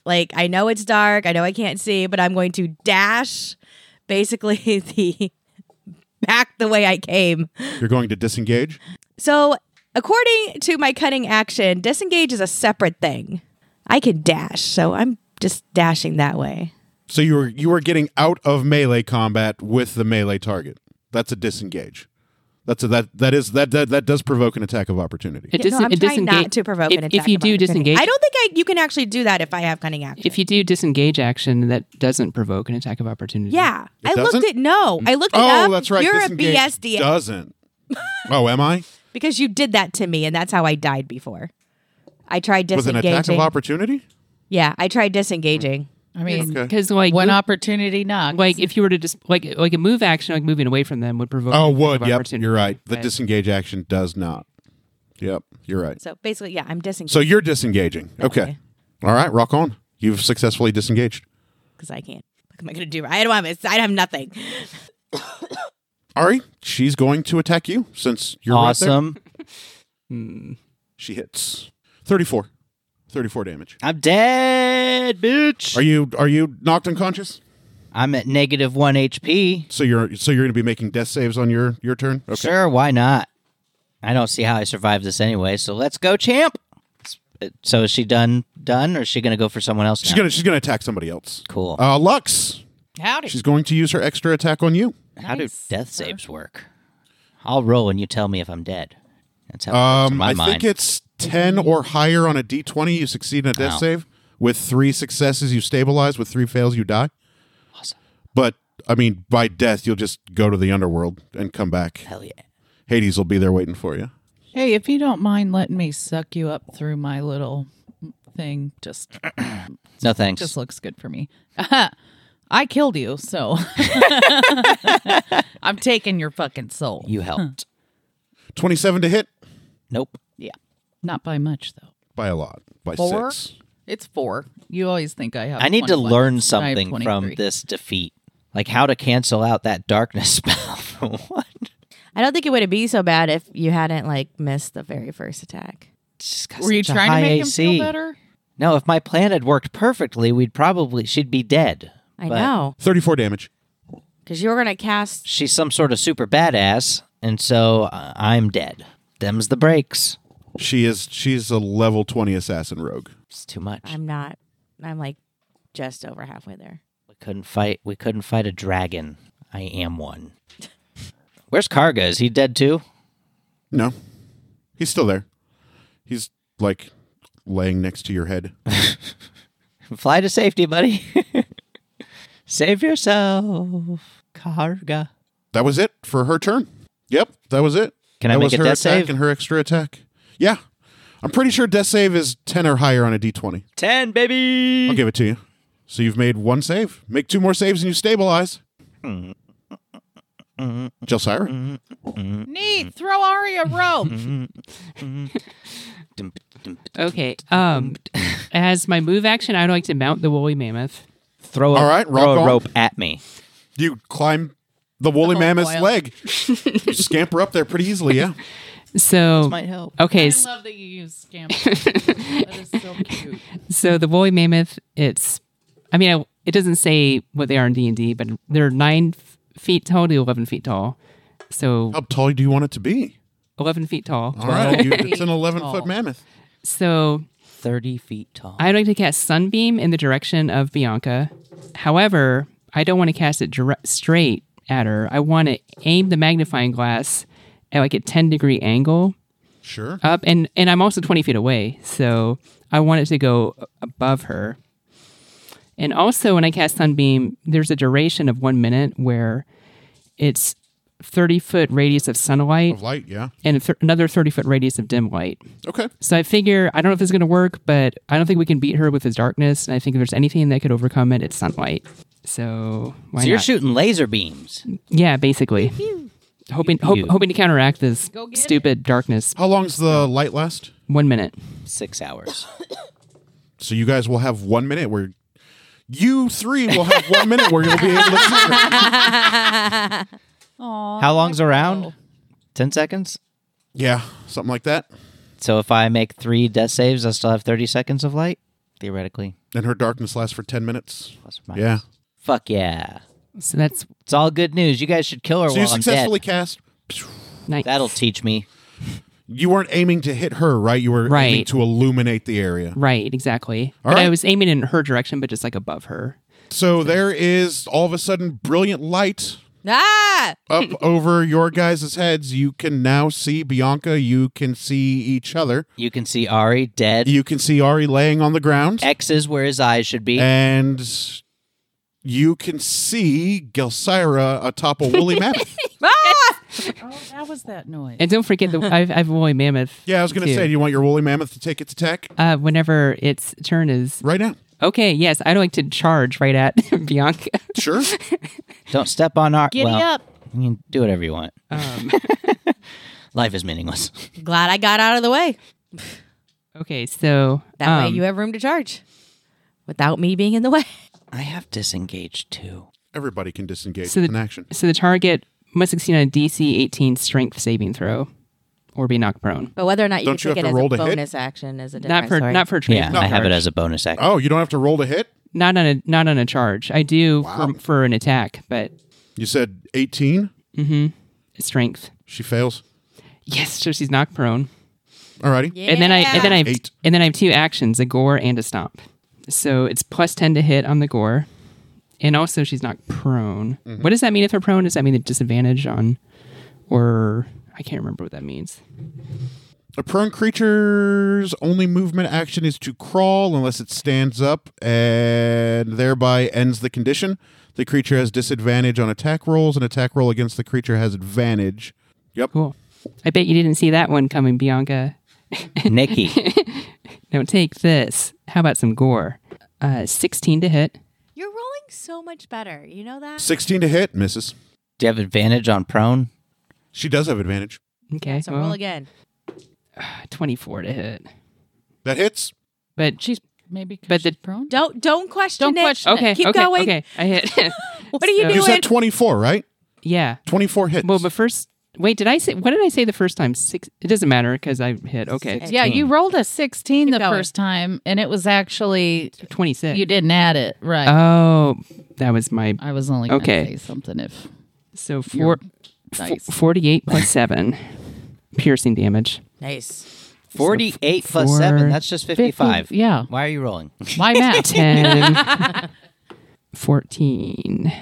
Speaker 6: Like I know it's dark, I know I can't see, but I'm going to dash basically the back the way I came.
Speaker 1: You're going to disengage?
Speaker 6: So, according to my cutting action, disengage is a separate thing. I can dash, so I'm just dashing that way.
Speaker 1: So you were you were getting out of melee combat with the melee target. That's a disengage. That's a, that that is that, that that does provoke an attack of opportunity.
Speaker 7: It,
Speaker 6: Yeah, no, I'm
Speaker 7: it
Speaker 6: trying
Speaker 7: disengage-
Speaker 6: not to provoke
Speaker 7: if,
Speaker 6: an attack
Speaker 7: If you
Speaker 6: of
Speaker 7: do
Speaker 6: opportunity.
Speaker 7: disengage,
Speaker 6: I don't think I you can actually do that if I have cunning action.
Speaker 7: if you do disengage action, that doesn't provoke an attack of opportunity.
Speaker 6: yeah,
Speaker 1: It
Speaker 6: I
Speaker 1: doesn't?
Speaker 6: looked at no. I looked it
Speaker 1: oh,
Speaker 6: up.
Speaker 1: that's right.
Speaker 6: You're a
Speaker 1: disengage
Speaker 6: BSDA
Speaker 1: doesn't. oh, am I?
Speaker 6: because you did that to me, and that's how I died before. I tried
Speaker 1: With an
Speaker 6: disengaging.
Speaker 1: attack of opportunity?
Speaker 6: yeah, I tried disengaging.
Speaker 5: I mean,
Speaker 1: Okay.
Speaker 7: Because like
Speaker 5: when
Speaker 7: you-
Speaker 5: opportunity knocks,
Speaker 7: like if you were to just like like a move action, like moving away from them would provoke.
Speaker 1: Oh,
Speaker 7: an attack
Speaker 1: would.
Speaker 7: of
Speaker 1: Yep.
Speaker 7: opportunity.
Speaker 1: You're right. The
Speaker 7: Right.
Speaker 1: disengage action does not. Yep. You're right.
Speaker 6: So basically, yeah, I'm
Speaker 1: So
Speaker 6: disengaging
Speaker 1: you're disengaging. Okay. All right. Rock on. You've successfully disengaged.
Speaker 6: because I can't. What am I gonna do? I don't have. I have nothing.
Speaker 1: Ari, she's going to attack you since you're right there.
Speaker 3: awesome.
Speaker 1: She hits 34. 34 damage.
Speaker 3: I'm dead, bitch.
Speaker 1: Are you are you knocked unconscious?
Speaker 3: I'm at negative one HP.
Speaker 1: So you're so you're going to be making death saves on your your turn. Okay.
Speaker 3: Sure, why not? I don't see how I survive this anyway. So let's go, champ. uh, So is she done? Done, or is she gonna go for someone else?
Speaker 1: She's
Speaker 3: now?
Speaker 1: gonna she's gonna attack somebody else.
Speaker 3: Cool.
Speaker 1: Uh, Lux,
Speaker 5: howdy.
Speaker 1: she's going to use her extra attack on you.
Speaker 3: how do
Speaker 5: Nice.
Speaker 3: death saves work? I'll roll, and you tell me if I'm dead. That's how it works in
Speaker 1: Um,
Speaker 3: my
Speaker 1: I
Speaker 3: mind.
Speaker 1: think it's ten or higher on a D twenty. You succeed in a death
Speaker 3: Wow.
Speaker 1: save. With three successes, you stabilize. With three fails, you die.
Speaker 3: Awesome.
Speaker 1: But I mean, by death, you'll just go to the underworld and come back.
Speaker 3: Hell yeah.
Speaker 1: Hades will be there waiting for you.
Speaker 5: Hey, if you don't mind letting me suck you up through my little thing, just
Speaker 3: No thanks.
Speaker 5: just looks good for me. I killed you, so I'm taking your fucking soul.
Speaker 3: you helped.
Speaker 1: Twenty seven to hit
Speaker 3: nope.
Speaker 5: Yeah, not by much though.
Speaker 1: by a lot by
Speaker 5: Four?
Speaker 1: six.
Speaker 5: It's four. You always think I have.
Speaker 3: I need to
Speaker 5: 21. I
Speaker 3: learn
Speaker 5: have
Speaker 3: something
Speaker 5: 23.
Speaker 3: from this defeat, like how to cancel out that darkness spell. For one,
Speaker 6: I don't think it would be so bad if you hadn't like missed the very first attack.
Speaker 3: Just got
Speaker 5: Were you
Speaker 3: such a
Speaker 5: trying to
Speaker 3: high
Speaker 5: make him
Speaker 3: AC.
Speaker 5: feel better?
Speaker 3: No, if my plan had worked perfectly, we'd probably she'd be dead.
Speaker 6: I
Speaker 3: But-
Speaker 6: know
Speaker 1: Thirty four damage.
Speaker 6: because you were gonna cast.
Speaker 3: she's some sort of super badass, and so uh, I'm dead. Them's the breaks.
Speaker 1: She is she's a level twenty assassin rogue.
Speaker 3: It's too much.
Speaker 6: I'm not. I'm like just over halfway there.
Speaker 3: we couldn't fight. We couldn't fight a dragon. I am one. Where's Karga? Is he dead too?
Speaker 1: No, he's still there. He's like laying next to your head.
Speaker 3: Fly to safety, buddy. Save yourself, Karga.
Speaker 1: That was it for her turn. Yep, that was it.
Speaker 3: Can I
Speaker 1: that
Speaker 3: make
Speaker 1: was
Speaker 3: a
Speaker 1: her
Speaker 3: death
Speaker 1: attack
Speaker 3: save?
Speaker 1: and her extra attack? Yeah, I'm pretty sure death save is ten or higher on a d20.
Speaker 3: Ten, baby.
Speaker 1: I'll give it to you. So you've made one save. Make two more saves and you stabilize. Jelsira,
Speaker 5: Neat. Throw Ari a rope.
Speaker 3: Mm-hmm. Dum, dum, dum.
Speaker 7: Okay. Um, as my move action, I'd like to mount the woolly mammoth.
Speaker 3: Throw a,
Speaker 1: All right,
Speaker 3: throw
Speaker 1: rock
Speaker 3: a
Speaker 1: on.
Speaker 3: rope at me.
Speaker 1: you climb the woolly
Speaker 5: Oh,
Speaker 1: mammoth's
Speaker 5: boy.
Speaker 1: leg. you scamper up there pretty easily. Yeah,
Speaker 7: So
Speaker 3: Might help.
Speaker 7: okay,
Speaker 5: I
Speaker 7: s-
Speaker 5: love that you use scamp. that is so cute.
Speaker 7: so the woolly mammoth, it's, I mean, I, it doesn't say what they are in D and D, but they're nine f- feet tall to eleven feet tall. So
Speaker 1: how tall do you want it to be?
Speaker 7: eleven feet tall.
Speaker 1: Oh. All right, you, it's an
Speaker 5: Tall.
Speaker 1: 11 foot mammoth.
Speaker 7: So
Speaker 3: Thirty feet tall.
Speaker 7: I'd like to cast Sunbeam in the direction of Bianca. However, I don't want to cast it dire- straight at her. I want to aim the magnifying glass at like a 10 degree angle
Speaker 1: Sure.
Speaker 7: up. And, and I'm also 20 feet away. So I want it to go a- above her. And also, when I cast Sunbeam, there's a duration of one minute where it's 30 foot radius of sunlight
Speaker 1: Of light, yeah.
Speaker 7: and a thir- another 30 foot radius of dim light.
Speaker 1: Okay.
Speaker 7: So I figure I don't know if it's going to work, but I don't think we can beat her with his darkness. And I think if there's anything that could overcome it, it's sunlight. So why
Speaker 3: so you're
Speaker 7: not?
Speaker 3: shooting laser beams.
Speaker 7: yeah, basically, hoping hope,
Speaker 3: pew.
Speaker 7: hoping to counteract this stupid darkness.
Speaker 1: How long's the light last?
Speaker 7: One minute.
Speaker 3: Six hours.
Speaker 1: So you guys will have one minute where you three will have one minute where you'll be able to.
Speaker 5: Aw,
Speaker 3: How long's a round? 10 seconds.
Speaker 1: Yeah, something like that.
Speaker 3: So if I make three death saves, I still have 30 seconds of light, theoretically.
Speaker 1: And her darkness lasts for 10 minutes.
Speaker 3: Plus or minus.
Speaker 1: Yeah.
Speaker 3: Fuck yeah.
Speaker 4: So that's
Speaker 3: It's all good news. You guys should kill her
Speaker 1: So
Speaker 3: while
Speaker 1: you
Speaker 3: I'm
Speaker 1: successfully
Speaker 3: dead.
Speaker 1: cast.
Speaker 4: nice.
Speaker 3: That'll teach me.
Speaker 1: You weren't aiming to hit her, right? You were aiming
Speaker 7: Right.
Speaker 1: to illuminate the area.
Speaker 7: Right, exactly.
Speaker 1: All
Speaker 7: but
Speaker 1: right.
Speaker 7: I was aiming in her direction, but just like above her.
Speaker 1: So there is all of a sudden brilliant light
Speaker 6: Ah!
Speaker 1: up over your guys' heads. You can now see Bianca. You can see each other.
Speaker 3: You can see Ari dead.
Speaker 1: You can see Ari laying on the ground.
Speaker 3: X is where his eyes should be.
Speaker 1: And you can see Gelsira atop a woolly mammoth.
Speaker 5: How was Oh, that noise?
Speaker 7: And don't forget the I've, I've woolly mammoth.
Speaker 1: Yeah, I was going to
Speaker 7: too.
Speaker 1: say, do you want your woolly mammoth to take its attack?
Speaker 7: Uh, whenever its turn is
Speaker 1: Right now.
Speaker 7: okay, yes, I like to charge right at Bianca.
Speaker 1: Sure.
Speaker 3: Don't step on our.
Speaker 6: Giddy
Speaker 3: well,
Speaker 6: up.
Speaker 3: You can do whatever you want.
Speaker 7: Um,
Speaker 3: Life is meaningless.
Speaker 6: Glad I got out of the way.
Speaker 7: okay, so
Speaker 6: That way
Speaker 7: um,
Speaker 6: you have room to charge without me being in the way.
Speaker 3: I have disengaged too.
Speaker 1: Everybody can disengage
Speaker 7: So
Speaker 1: with
Speaker 7: the-
Speaker 1: an action.
Speaker 7: so the target must succeed on a DC 18 Strength saving throw, or be knocked prone.
Speaker 6: But whether or not you
Speaker 1: Don't
Speaker 6: can
Speaker 1: you
Speaker 6: take
Speaker 1: have to
Speaker 6: it as
Speaker 1: roll
Speaker 6: a
Speaker 1: to hit?
Speaker 6: bonus action is a different
Speaker 7: Not for
Speaker 6: story.
Speaker 7: not for a trade.
Speaker 3: Yeah, I have it as a bonus action.
Speaker 1: Oh, you don't have to roll to hit?
Speaker 7: not on a not on a charge. I do for, for an attack, but
Speaker 1: You said 18?
Speaker 7: strength.
Speaker 1: She fails.
Speaker 7: Yes, so she's knocked prone.
Speaker 1: Alrighty.
Speaker 7: And then I and then I have,
Speaker 1: Eight.
Speaker 7: and then I have two actions, a gore and a stomp. So it's plus 10 to hit on the gore. And also she's not prone.
Speaker 3: Mm-hmm.
Speaker 7: What does that mean if they're prone? Does that mean a disadvantage on or I can't remember what that means.
Speaker 1: A prone creature's only movement action is to crawl unless it stands up and thereby ends the condition. The creature has disadvantage on attack rolls. An attack roll against the creature has advantage. Yep.
Speaker 7: Cool. I bet you didn't see that one coming, Bianca.
Speaker 3: Nikki.
Speaker 7: Now take this. How about some gore? Uh 16 to hit.
Speaker 6: You're rolling so much better. You know that?
Speaker 1: 16 to hit, misses.
Speaker 3: Do you have advantage on prone?
Speaker 1: She does have advantage.
Speaker 7: Okay.
Speaker 6: So
Speaker 7: well,
Speaker 6: roll again.
Speaker 7: 24 to hit.
Speaker 1: That hits.
Speaker 7: But
Speaker 5: she's maybe 'cause
Speaker 7: But the-
Speaker 5: she's prone.
Speaker 6: Don't don't question
Speaker 5: Don't
Speaker 6: it.
Speaker 5: question
Speaker 7: Okay.
Speaker 6: Keep
Speaker 7: okay,
Speaker 6: going.
Speaker 7: Okay. I hit.
Speaker 6: What are you
Speaker 7: So-
Speaker 1: You
Speaker 6: doing?
Speaker 1: said 24, right?
Speaker 7: yeah.
Speaker 1: 24 hits.
Speaker 7: Well, but first, wait. Did I say what did I say the first time? Six. It doesn't matter because I hit. Okay.
Speaker 5: Yeah, you
Speaker 3: Mm.
Speaker 5: rolled a 16 the
Speaker 6: going.
Speaker 5: first time, and it was actually,
Speaker 7: Twenty six.
Speaker 5: you didn't add it. Right.
Speaker 7: Oh, that was my.
Speaker 5: I was only going to
Speaker 7: Okay.
Speaker 5: say something if.
Speaker 7: So four.
Speaker 5: dice.
Speaker 7: Forty eight plus seven. Piercing damage.
Speaker 6: nice.
Speaker 3: 48 plus
Speaker 7: four,
Speaker 3: 7. That's just 55.
Speaker 5: fifty- yeah.
Speaker 3: Why are you rolling?
Speaker 5: Why Matt?
Speaker 7: 10, 14,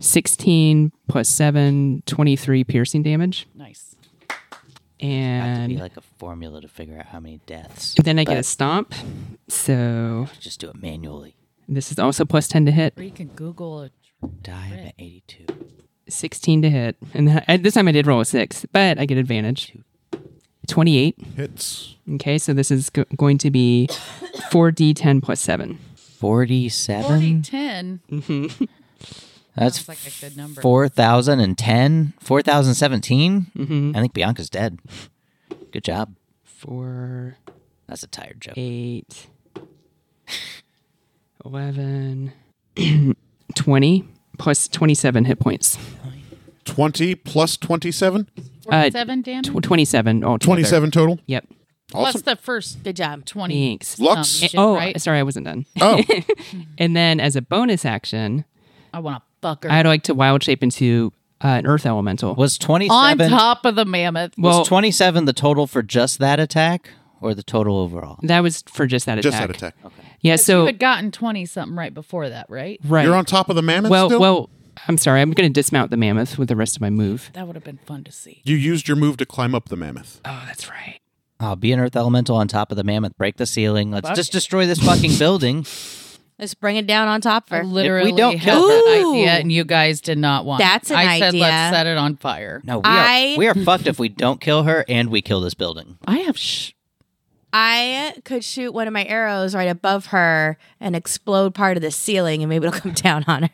Speaker 7: 16 plus 7, 23 piercing damage.
Speaker 5: nice.
Speaker 3: Have to be
Speaker 7: And
Speaker 3: like a formula to figure out how many deaths.
Speaker 7: then I get a
Speaker 3: but
Speaker 7: stomp. So
Speaker 3: Just do it manually.
Speaker 7: this is also plus 10 to hit.
Speaker 5: Or you can Google it.
Speaker 3: Die I'm at 82.
Speaker 7: 16 to hit. And then I, this time I did roll a six, but I get advantage. 28.
Speaker 1: hits.
Speaker 7: Okay, so this is go- going to be 4d10 plus 7.
Speaker 3: 47?
Speaker 5: 40, 10.
Speaker 3: That's
Speaker 5: like a good number.
Speaker 3: 4,010? 4,017?
Speaker 6: Mm-hmm.
Speaker 3: I think Bianca's dead. Good job.
Speaker 7: 4,
Speaker 3: That's a tired joke.
Speaker 7: 8, 11, 20 plus 27 hit points.
Speaker 1: 20 plus 27?
Speaker 7: Uh,
Speaker 5: 47 damage?
Speaker 7: Tw- 27 altogether.
Speaker 1: 27 total.
Speaker 7: Yep.
Speaker 1: Awesome.
Speaker 5: Plus the first
Speaker 6: Good job.
Speaker 5: 20.
Speaker 7: Thanks.
Speaker 1: Lux.
Speaker 5: Um, shit,
Speaker 7: Oh,
Speaker 5: right?
Speaker 7: sorry, I wasn't done.
Speaker 1: Oh,
Speaker 7: And then as a bonus action,
Speaker 5: I want to fuck her.
Speaker 7: I'd like to wild shape into uh, an earth elemental.
Speaker 3: Was
Speaker 5: On
Speaker 3: 27
Speaker 5: top of the mammoth.
Speaker 7: Well-
Speaker 3: was 27 the total for just that attack or the total overall?
Speaker 7: That was for just that attack.
Speaker 1: just that attack.
Speaker 7: Yeah,
Speaker 5: you
Speaker 7: so
Speaker 5: had gotten 20 something right before that, right?
Speaker 7: right.
Speaker 1: You're on top of the mammoth
Speaker 7: well,
Speaker 1: still?
Speaker 7: well, I'm sorry. I'm going to dismount the mammoth with the rest of my move.
Speaker 5: That would have been fun to see.
Speaker 1: You used your move to climb up the mammoth.
Speaker 7: Oh, that's right.
Speaker 3: Oh, be an earth elemental on top of the mammoth. Break the ceiling. Let's just destroy this fucking building.
Speaker 6: Let's bring it down on top for
Speaker 5: Literally,
Speaker 3: don't
Speaker 5: had
Speaker 3: kill
Speaker 5: that
Speaker 6: her-
Speaker 5: idea,
Speaker 6: Ooh.
Speaker 5: and you guys did not want. it.
Speaker 6: That's an
Speaker 5: I said,
Speaker 6: idea.
Speaker 5: let's set it on fire.
Speaker 3: No, we
Speaker 6: I-
Speaker 3: are, we are fucked if we don't kill her and we kill this building.
Speaker 5: I have. Sh-
Speaker 6: I could shoot one of my arrows right above her and explode part of the ceiling, and maybe it'll come down on her.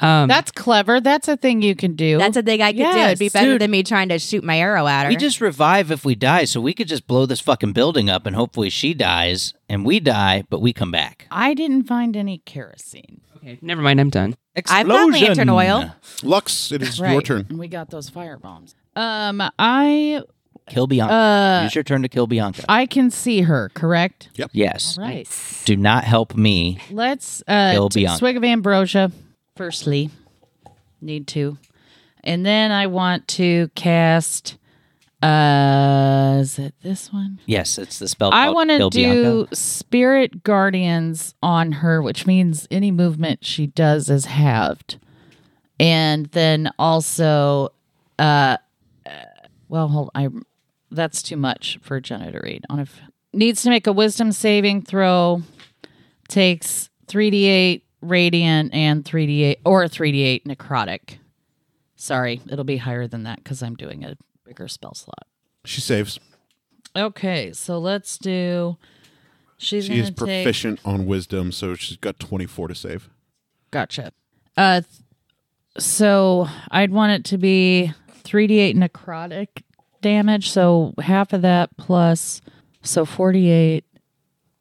Speaker 7: Um,
Speaker 5: That's clever. That's a thing you can do.
Speaker 6: That's a thing I could do. It'd be
Speaker 5: Yes,
Speaker 6: better
Speaker 5: dude.
Speaker 6: than me trying to shoot my arrow at her.
Speaker 3: We just revive if we die, so we could just blow this fucking building up and hopefully she dies and we die, but we come back.
Speaker 5: I didn't find any kerosene.
Speaker 7: okay, never mind. I'm done.
Speaker 6: I've got lantern
Speaker 3: Explosion.
Speaker 6: oil.
Speaker 1: Lux, it is your turn.
Speaker 5: And we got those fire bombs. Um, I
Speaker 3: Kill Bianca.
Speaker 5: uh,
Speaker 3: Use your turn to kill Bianca.
Speaker 5: I can see her. Correct.
Speaker 3: yes.
Speaker 5: All right.
Speaker 3: Do not help me.
Speaker 5: Let's uh,
Speaker 3: Bill
Speaker 5: t-
Speaker 3: Bianca.
Speaker 5: swig of ambrosia. Firstly, need to, and then I want to cast. Uh, is it this one?
Speaker 3: Yes, it's the spell.
Speaker 5: I
Speaker 3: called
Speaker 5: want to
Speaker 3: Kill
Speaker 5: do
Speaker 3: Bianca.
Speaker 5: spirit guardians on her, which means any movement she does is halved, and then also, uh, uh, well, hold, I, that's too much for Jenna to read. On if needs to make a wisdom saving throw, takes three d eight radiant and three d eight or three d eight necrotic. Sorry, it'll be higher than that because I'm doing a bigger spell slot.
Speaker 1: She saves.
Speaker 5: Okay, so let's do. She's
Speaker 1: She is
Speaker 5: gonna take-
Speaker 1: proficient on wisdom, so she's got 24 to save.
Speaker 5: Gotcha. Uh, th- so I'd want it to be three d eight necrotic damage. So half of that plus so forty eight,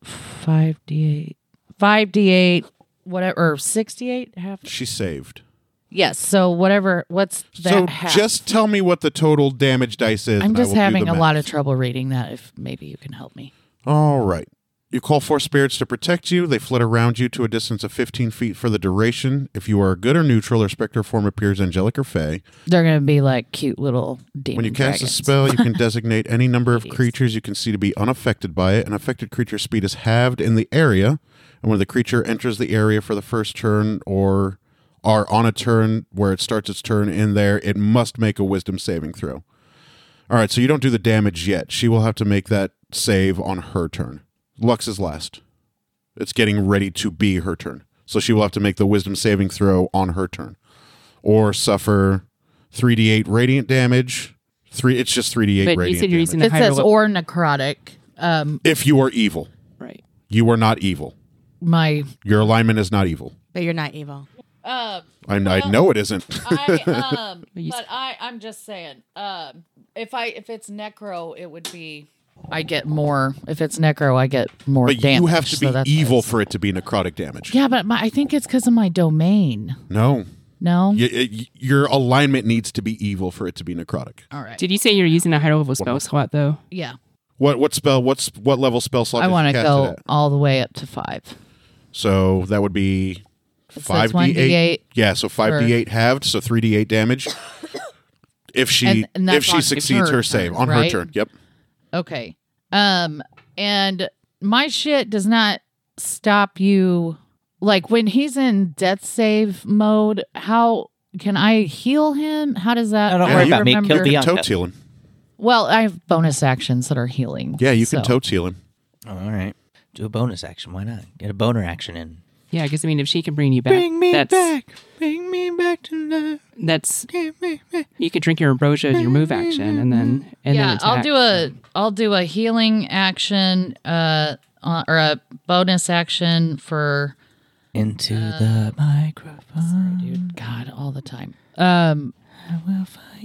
Speaker 5: five d eight, five d eight, whatever, or sixty eight half.
Speaker 1: She saved.
Speaker 5: Yes. So whatever. What's that?
Speaker 1: so
Speaker 5: half?
Speaker 1: just tell me what the total damage dice is.
Speaker 5: I'm
Speaker 1: and I
Speaker 5: just
Speaker 1: will do the
Speaker 5: having a
Speaker 1: math.
Speaker 5: lot of trouble reading that. If maybe you can help me.
Speaker 1: All right. You call four spirits to protect you. They flit around you to a distance of 15 feet for the duration. If you are good or neutral, or specter form appears angelic or fey.
Speaker 5: They're gonna be like cute little demon.
Speaker 1: When you cast
Speaker 5: dragons.
Speaker 1: a spell, you can designate any number of creatures you can see to be unaffected by it. An affected creature's speed is halved in the area, and when the creature enters the area for the first turn or are on a turn where it starts its turn in there, it must make a wisdom saving throw. All right, so you don't do the damage yet. She will have to make that save on her turn. Lux is last. It's getting ready to be her turn. So she will have to make the wisdom saving throw on her turn or suffer 3d8 radiant damage. Three it's just 3d8
Speaker 7: But you
Speaker 1: radiant.
Speaker 7: said you're using
Speaker 1: damage.
Speaker 7: the
Speaker 5: It says
Speaker 7: higher
Speaker 5: or necrotic. Um,
Speaker 1: if you are evil,
Speaker 7: right.
Speaker 1: you are not evil.
Speaker 5: my
Speaker 1: Your alignment is not evil.
Speaker 6: But you're not evil.
Speaker 5: um.
Speaker 1: I, I know it isn't.
Speaker 5: I um but I I'm just saying um if I if it's necro it would be I get more if it's necro I get more
Speaker 1: but
Speaker 5: damage.
Speaker 1: you have to
Speaker 5: so
Speaker 1: be
Speaker 5: that's
Speaker 1: evil
Speaker 5: nice.
Speaker 1: for it to be necrotic damage.
Speaker 5: Yeah, but my, I think it's cuz of my domain.
Speaker 1: No.
Speaker 5: No.
Speaker 1: Y- y- your alignment needs to be evil for it to be necrotic.
Speaker 5: All right.
Speaker 7: Did you say you're using a higher level spell slot though?
Speaker 5: yeah.
Speaker 1: What what spell? What's what level spell slot?
Speaker 5: I
Speaker 1: did you
Speaker 5: want to
Speaker 1: cast it
Speaker 5: go
Speaker 1: at?
Speaker 5: all the way up to 5.
Speaker 1: So that would be
Speaker 5: says
Speaker 1: five d
Speaker 5: 1d8
Speaker 1: eight. Yeah, so five d eight halved, so three d eight damage. If she
Speaker 5: And- and that's
Speaker 1: if she
Speaker 5: on
Speaker 1: succeeds
Speaker 5: her
Speaker 1: her save
Speaker 5: turn,
Speaker 1: on her
Speaker 5: right?
Speaker 1: turn, yep.
Speaker 5: Okay. Um and my shit does not stop you like when he's in death save mode how can I heal him? How does that?
Speaker 3: No, don't
Speaker 5: I
Speaker 1: worry
Speaker 3: about me. Kill
Speaker 5: remember-
Speaker 3: the Bianca.
Speaker 1: Totes heal him.
Speaker 5: Well, I have bonus actions that are healing.
Speaker 1: Yeah, you can
Speaker 5: so-
Speaker 1: totes heal him.
Speaker 3: All right. Do a bonus action. Why not? Get a boner action in.
Speaker 7: Yeah, because I mean, if she can bring you back, bring me that's, back, bring me back to life. That's you could drink your ambrosia as your move action, and then and
Speaker 5: yeah,
Speaker 7: then
Speaker 5: I'll do
Speaker 7: attack.
Speaker 5: a I'll do a healing action uh, uh or a bonus action for
Speaker 3: Into the microphone.
Speaker 5: Uh, dude God all the time. Um,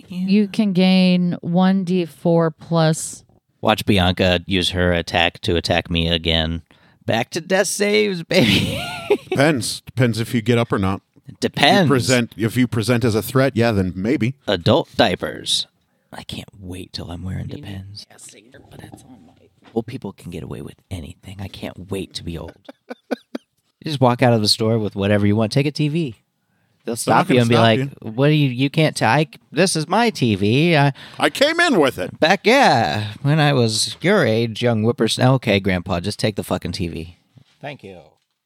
Speaker 5: you can gain one d four plus.
Speaker 3: Watch Bianca use her attack to attack me again. Back to death saves, baby.
Speaker 1: Depends. Depends if you get up or not.
Speaker 3: Depends.
Speaker 1: Present if you present as a threat, yeah, then maybe.
Speaker 3: adult diapers. I can't wait till I'm wearing Depends. Well, people can get away with anything. I can't wait to be old. You just walk out of the store with whatever you want. Take a TV. They'll
Speaker 1: not
Speaker 3: stop you
Speaker 1: gonna
Speaker 3: and be
Speaker 1: stop
Speaker 3: like,
Speaker 1: you.
Speaker 3: "What do you? You can't. T- I. This is my TV. I,
Speaker 1: I came in with it.
Speaker 3: back yeah, when I was your age, young whippersnapper. Okay, Grandpa, just take the fucking TV. Thank you.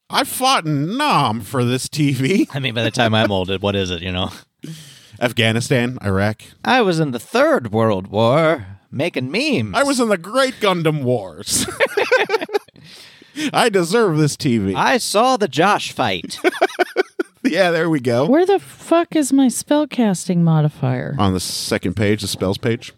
Speaker 1: I fought in Nam for this TV.
Speaker 3: I mean, by the time I'm old, what is it? You know,
Speaker 1: Afghanistan, Iraq.
Speaker 3: I was in the Third World War making memes.
Speaker 1: I was in the Great Gundam Wars. I deserve this TV.
Speaker 3: I saw the Josh fight.
Speaker 1: yeah, there we go.
Speaker 5: Where the fuck is my spellcasting modifier?
Speaker 1: On the second page, the spells page.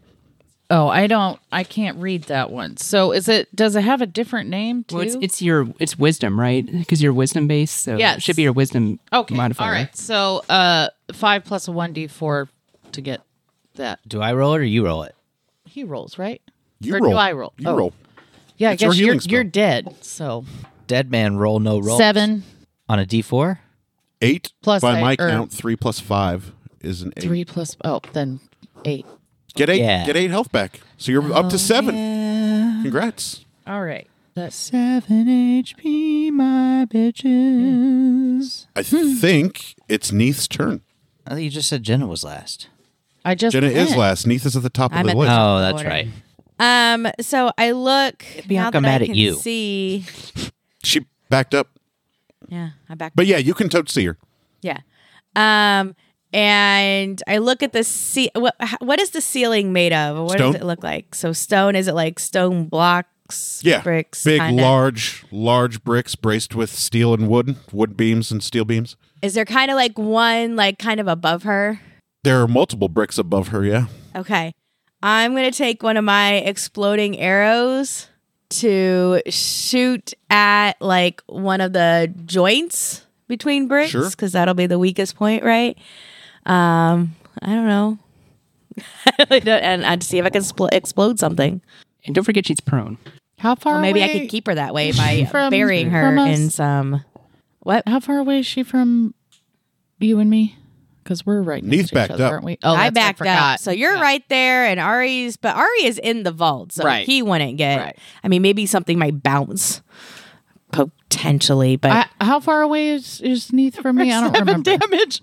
Speaker 5: Oh, I don't. I can't read that one. So is it? Does it have a different name too?
Speaker 7: Well, it's, it's your it's wisdom, right? Because you're wisdom based, so
Speaker 5: Yes.
Speaker 7: it should be your wisdom
Speaker 5: okay.
Speaker 7: modifier.
Speaker 5: All right. So uh, five plus a one d four to get that.
Speaker 3: Do I roll it or you roll it?
Speaker 5: He rolls right.
Speaker 1: You
Speaker 5: Or do
Speaker 1: roll.
Speaker 5: I roll?
Speaker 1: You
Speaker 5: Oh.
Speaker 1: roll.
Speaker 5: Yeah,
Speaker 1: It's
Speaker 5: I
Speaker 1: your
Speaker 5: guess you're
Speaker 1: healing spell.
Speaker 5: you're dead. So
Speaker 3: Dead man roll no roll.
Speaker 5: seven.
Speaker 3: on a d4.
Speaker 1: Eight
Speaker 5: Plus
Speaker 1: by
Speaker 5: I
Speaker 1: my
Speaker 5: earn-
Speaker 1: count, three plus five is an eight.
Speaker 5: Three plus oh, then eight.
Speaker 1: Get eight.
Speaker 3: Yeah.
Speaker 1: Get eight health back. So you're
Speaker 6: Oh,
Speaker 1: up to seven. Congrats.
Speaker 5: All right. That's
Speaker 3: Seven HP, my bitches.
Speaker 1: I
Speaker 5: Hmm.
Speaker 1: think it's Neith's turn.
Speaker 3: I think you just said Jenna was last.
Speaker 5: I just
Speaker 1: Jenna is
Speaker 5: went.
Speaker 1: last. Neith is at the top of
Speaker 6: I'm at
Speaker 1: the
Speaker 6: the
Speaker 1: list.
Speaker 6: top.
Speaker 3: Oh, that's
Speaker 6: Order.
Speaker 3: right.
Speaker 6: Um, so I look. now
Speaker 3: Bianca
Speaker 6: that
Speaker 3: mad
Speaker 6: I
Speaker 3: at
Speaker 6: can
Speaker 3: you.
Speaker 6: See,
Speaker 1: She backed up.
Speaker 6: yeah, I back.
Speaker 1: But yeah, you can tote see her.
Speaker 6: yeah, um, and I look at the ce- what h- What is the ceiling made of? What
Speaker 1: Stone.
Speaker 6: does it look like? So stone is it like stone blocks?
Speaker 1: Yeah.
Speaker 6: bricks.
Speaker 1: Big,
Speaker 6: kinda?
Speaker 1: large, large bricks braced with steel and wood, wood beams and steel beams.
Speaker 6: Is there kind of like one like kind of above her?
Speaker 1: There are multiple bricks above her. Yeah.
Speaker 6: Okay. I'm going to take one of my exploding arrows to shoot at like one of the joints between bricks
Speaker 1: Sure.
Speaker 6: because that'll be the weakest point, right? Um, I don't know. I really don't- and I'd see if I can spl- explode something.
Speaker 7: And don't forget she's prone.
Speaker 5: How far?
Speaker 6: Or maybe I
Speaker 5: away?
Speaker 6: could keep her that way by
Speaker 5: From-
Speaker 6: burying her
Speaker 5: from us?
Speaker 6: in some.
Speaker 5: How far away is she from you and me? Because we're right next
Speaker 1: Neith
Speaker 5: to
Speaker 1: backed
Speaker 5: each other,
Speaker 1: up.
Speaker 5: aren't we? Oh,
Speaker 6: I
Speaker 5: that's-
Speaker 6: backed up.
Speaker 5: forgot.
Speaker 6: So you're right there, and Ari's, but Ari is in the vault, so
Speaker 5: Right.
Speaker 6: he wouldn't get.
Speaker 5: Right.
Speaker 6: I mean, maybe something might bounce potentially, but
Speaker 5: I, how far away is is Neith from me? I don't remember. Damage.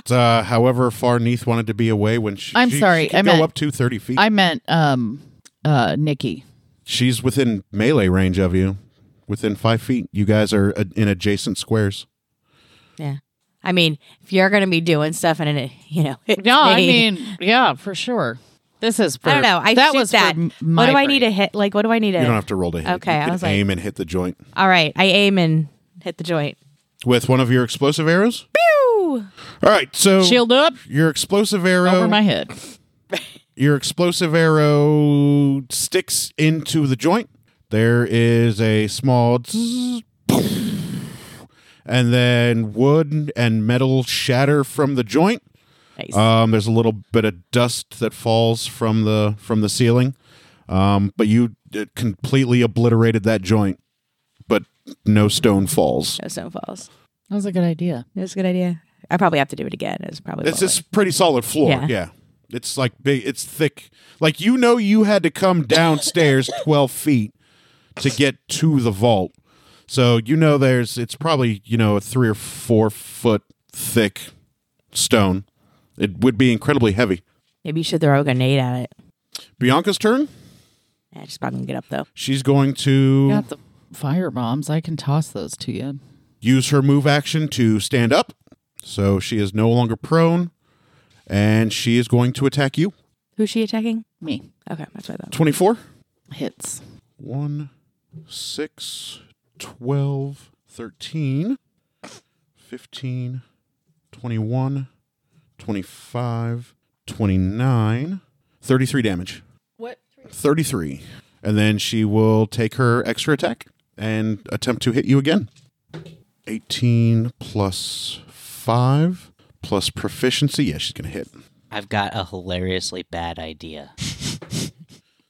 Speaker 1: It's, uh, however far Neith wanted to be away when she.
Speaker 5: I'm
Speaker 1: she-
Speaker 5: sorry,
Speaker 1: She could
Speaker 5: I
Speaker 1: go
Speaker 5: meant-
Speaker 1: up to 30 feet.
Speaker 5: I meant um uh Nikki.
Speaker 1: She's within melee range of you, within five feet. You guys are uh, in adjacent squares.
Speaker 6: yeah. I mean, if you're gonna be doing stuff and it, you know, it's
Speaker 5: No, I
Speaker 6: me.
Speaker 5: mean, yeah, for sure. This is. For,
Speaker 6: I don't know. I
Speaker 5: that
Speaker 6: shoot
Speaker 5: was
Speaker 6: that.
Speaker 5: For m- my
Speaker 6: what do I
Speaker 5: brain.
Speaker 6: need to hit? Like, what do I need to?
Speaker 1: You don't have to roll to hit.
Speaker 6: Eh. Okay,
Speaker 1: You
Speaker 6: I
Speaker 1: can
Speaker 6: was like-
Speaker 1: aim and hit the joint
Speaker 6: All right, I aim and hit the joint.
Speaker 1: with one of your explosive arrows.
Speaker 6: Pew!
Speaker 1: All right, so
Speaker 5: Shield up
Speaker 1: your explosive arrow,
Speaker 5: over my head.
Speaker 1: your explosive arrow sticks into the joint. There is a small, zzz, and then wood and metal shatter from the joint.
Speaker 6: Nice.
Speaker 1: Um, there's a little bit of dust that falls from the from the ceiling, um, but you uh, completely obliterated that joint. But no stone falls.
Speaker 6: no stone falls.
Speaker 5: That was a good idea.
Speaker 6: That was a good idea. I probably have to do it again. It's probably
Speaker 1: It's just pretty solid floor. Yeah.
Speaker 6: Yeah.
Speaker 1: It's like big. It's thick. Like you know, you had to come downstairs twelve feet to get to the vault. So you know, there's. It's probably you know a three or four foot thick stone. It would be incredibly heavy.
Speaker 6: maybe you should throw a grenade at it.
Speaker 1: Bianca's turn.
Speaker 6: Yeah, she's probably gonna get up though.
Speaker 1: She's going to
Speaker 5: Got the fire bombs. I can toss those to you.
Speaker 1: use her move action to stand up. So she is no longer prone, and she is going to attack you.
Speaker 6: Who's she attacking?
Speaker 5: Me
Speaker 6: Okay, that's what I thought.
Speaker 1: Twenty-four.
Speaker 5: hits.
Speaker 1: 1, 6, 12, 13, 15, 21, 25, 29, 33 damage.
Speaker 5: What?
Speaker 1: 33. And then she will take her extra attack and attempt to hit you again. 18 plus 5 plus proficiency. Yeah, she's going to hit.
Speaker 3: I've got a hilariously bad idea.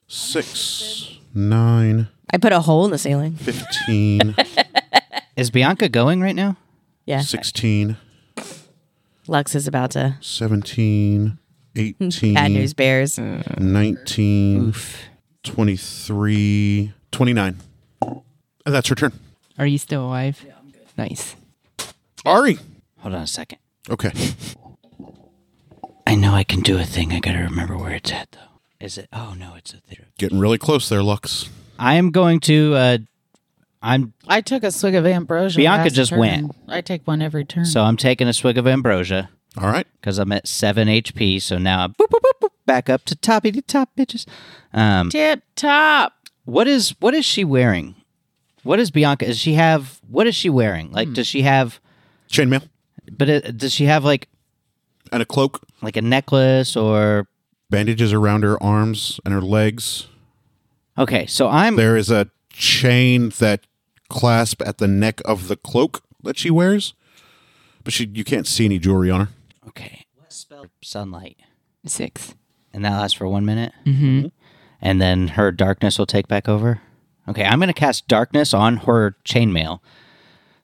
Speaker 1: 6, 9,
Speaker 6: I put a hole in the ceiling.
Speaker 1: 15,
Speaker 3: Is Bianca going right now?
Speaker 6: Yeah,
Speaker 1: 16,
Speaker 6: Lux is about to
Speaker 1: 17, 18,
Speaker 6: Bad news bears.
Speaker 1: 19, 23, 29. And that's her turn.
Speaker 7: Are you still alive? Yeah, I'm good. Nice.
Speaker 1: Ari.
Speaker 3: Hold on a second.
Speaker 1: Okay.
Speaker 3: I know I can do a thing. I gotta remember where it's at though. Is it? Oh no, it's a theater.
Speaker 1: Getting really close there, Lux.
Speaker 3: I am going to. uh I'm
Speaker 5: I took a swig of ambrosia.
Speaker 3: Bianca
Speaker 5: last
Speaker 3: just
Speaker 5: turn.
Speaker 3: went.
Speaker 5: I take one every turn.
Speaker 3: so I'm taking a swig of ambrosia
Speaker 1: All right.
Speaker 3: because I'm at seven HP. So now I'm boop, boop, boop, boop, back up to toppy to top bitches. Um,
Speaker 5: tip top.
Speaker 3: what is what is she wearing? What is Bianca? Does she have? What is she wearing? Like, does she have?
Speaker 1: Chainmail
Speaker 3: But it, does she have like
Speaker 1: and a cloak.
Speaker 3: like a necklace or?
Speaker 1: Bandages around her arms and her legs.
Speaker 3: Okay, so I'm
Speaker 1: There is a chain that clasp at the neck of the cloak that she wears. But she you can't see any jewelry on her.
Speaker 3: okay. What spell? Sunlight.
Speaker 7: Six.
Speaker 3: and that lasts for one minute, mm-hmm. and then her darkness will take back over. Okay, I'm gonna cast darkness on her chainmail,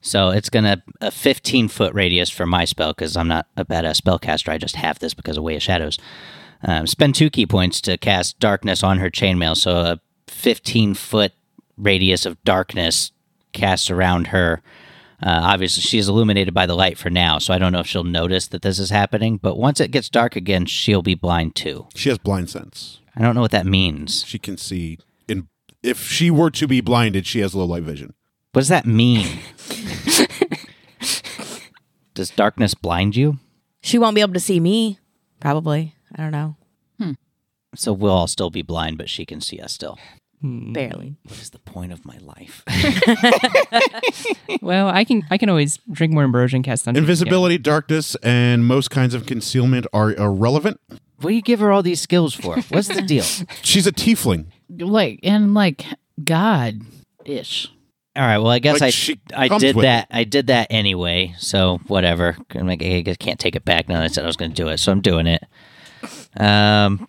Speaker 3: so it's gonna a 15 foot radius for my spell because I'm not a badass spellcaster. I just have this because of Way of Shadows. Um, spend two key points to cast darkness on her chainmail, so a 15 foot radius of darkness casts around her. Uh, obviously, she's illuminated by the light for now, so I don't know if she'll notice that this is happening. But once it gets dark again, she'll be blind too.
Speaker 1: She has blind sense.
Speaker 3: I don't know what that means.
Speaker 1: She can see. In if she were to be blinded, she has low light vision.
Speaker 3: What does that mean? does darkness blind you?
Speaker 6: She won't be able to see me, probably. I don't know.
Speaker 3: So we'll all still be blind, but she can see us still.
Speaker 6: Barely.
Speaker 3: What is the point of my life?
Speaker 7: Well, I can I can always drink more ambrosia and cast thunder.
Speaker 1: Invisibility, darkness, and most kinds of concealment are irrelevant.
Speaker 3: what do you give her all these skills for? What's the deal?
Speaker 1: She's a tiefling.
Speaker 5: Like and like God ish.
Speaker 3: All right. Well, I guess
Speaker 1: Like,
Speaker 3: I
Speaker 1: she
Speaker 3: I
Speaker 1: comes
Speaker 3: did
Speaker 1: with
Speaker 3: that. I did that anyway. So whatever. I'm like, I guess can't take it back now. that I said I was going to do it, so I'm doing it. Um.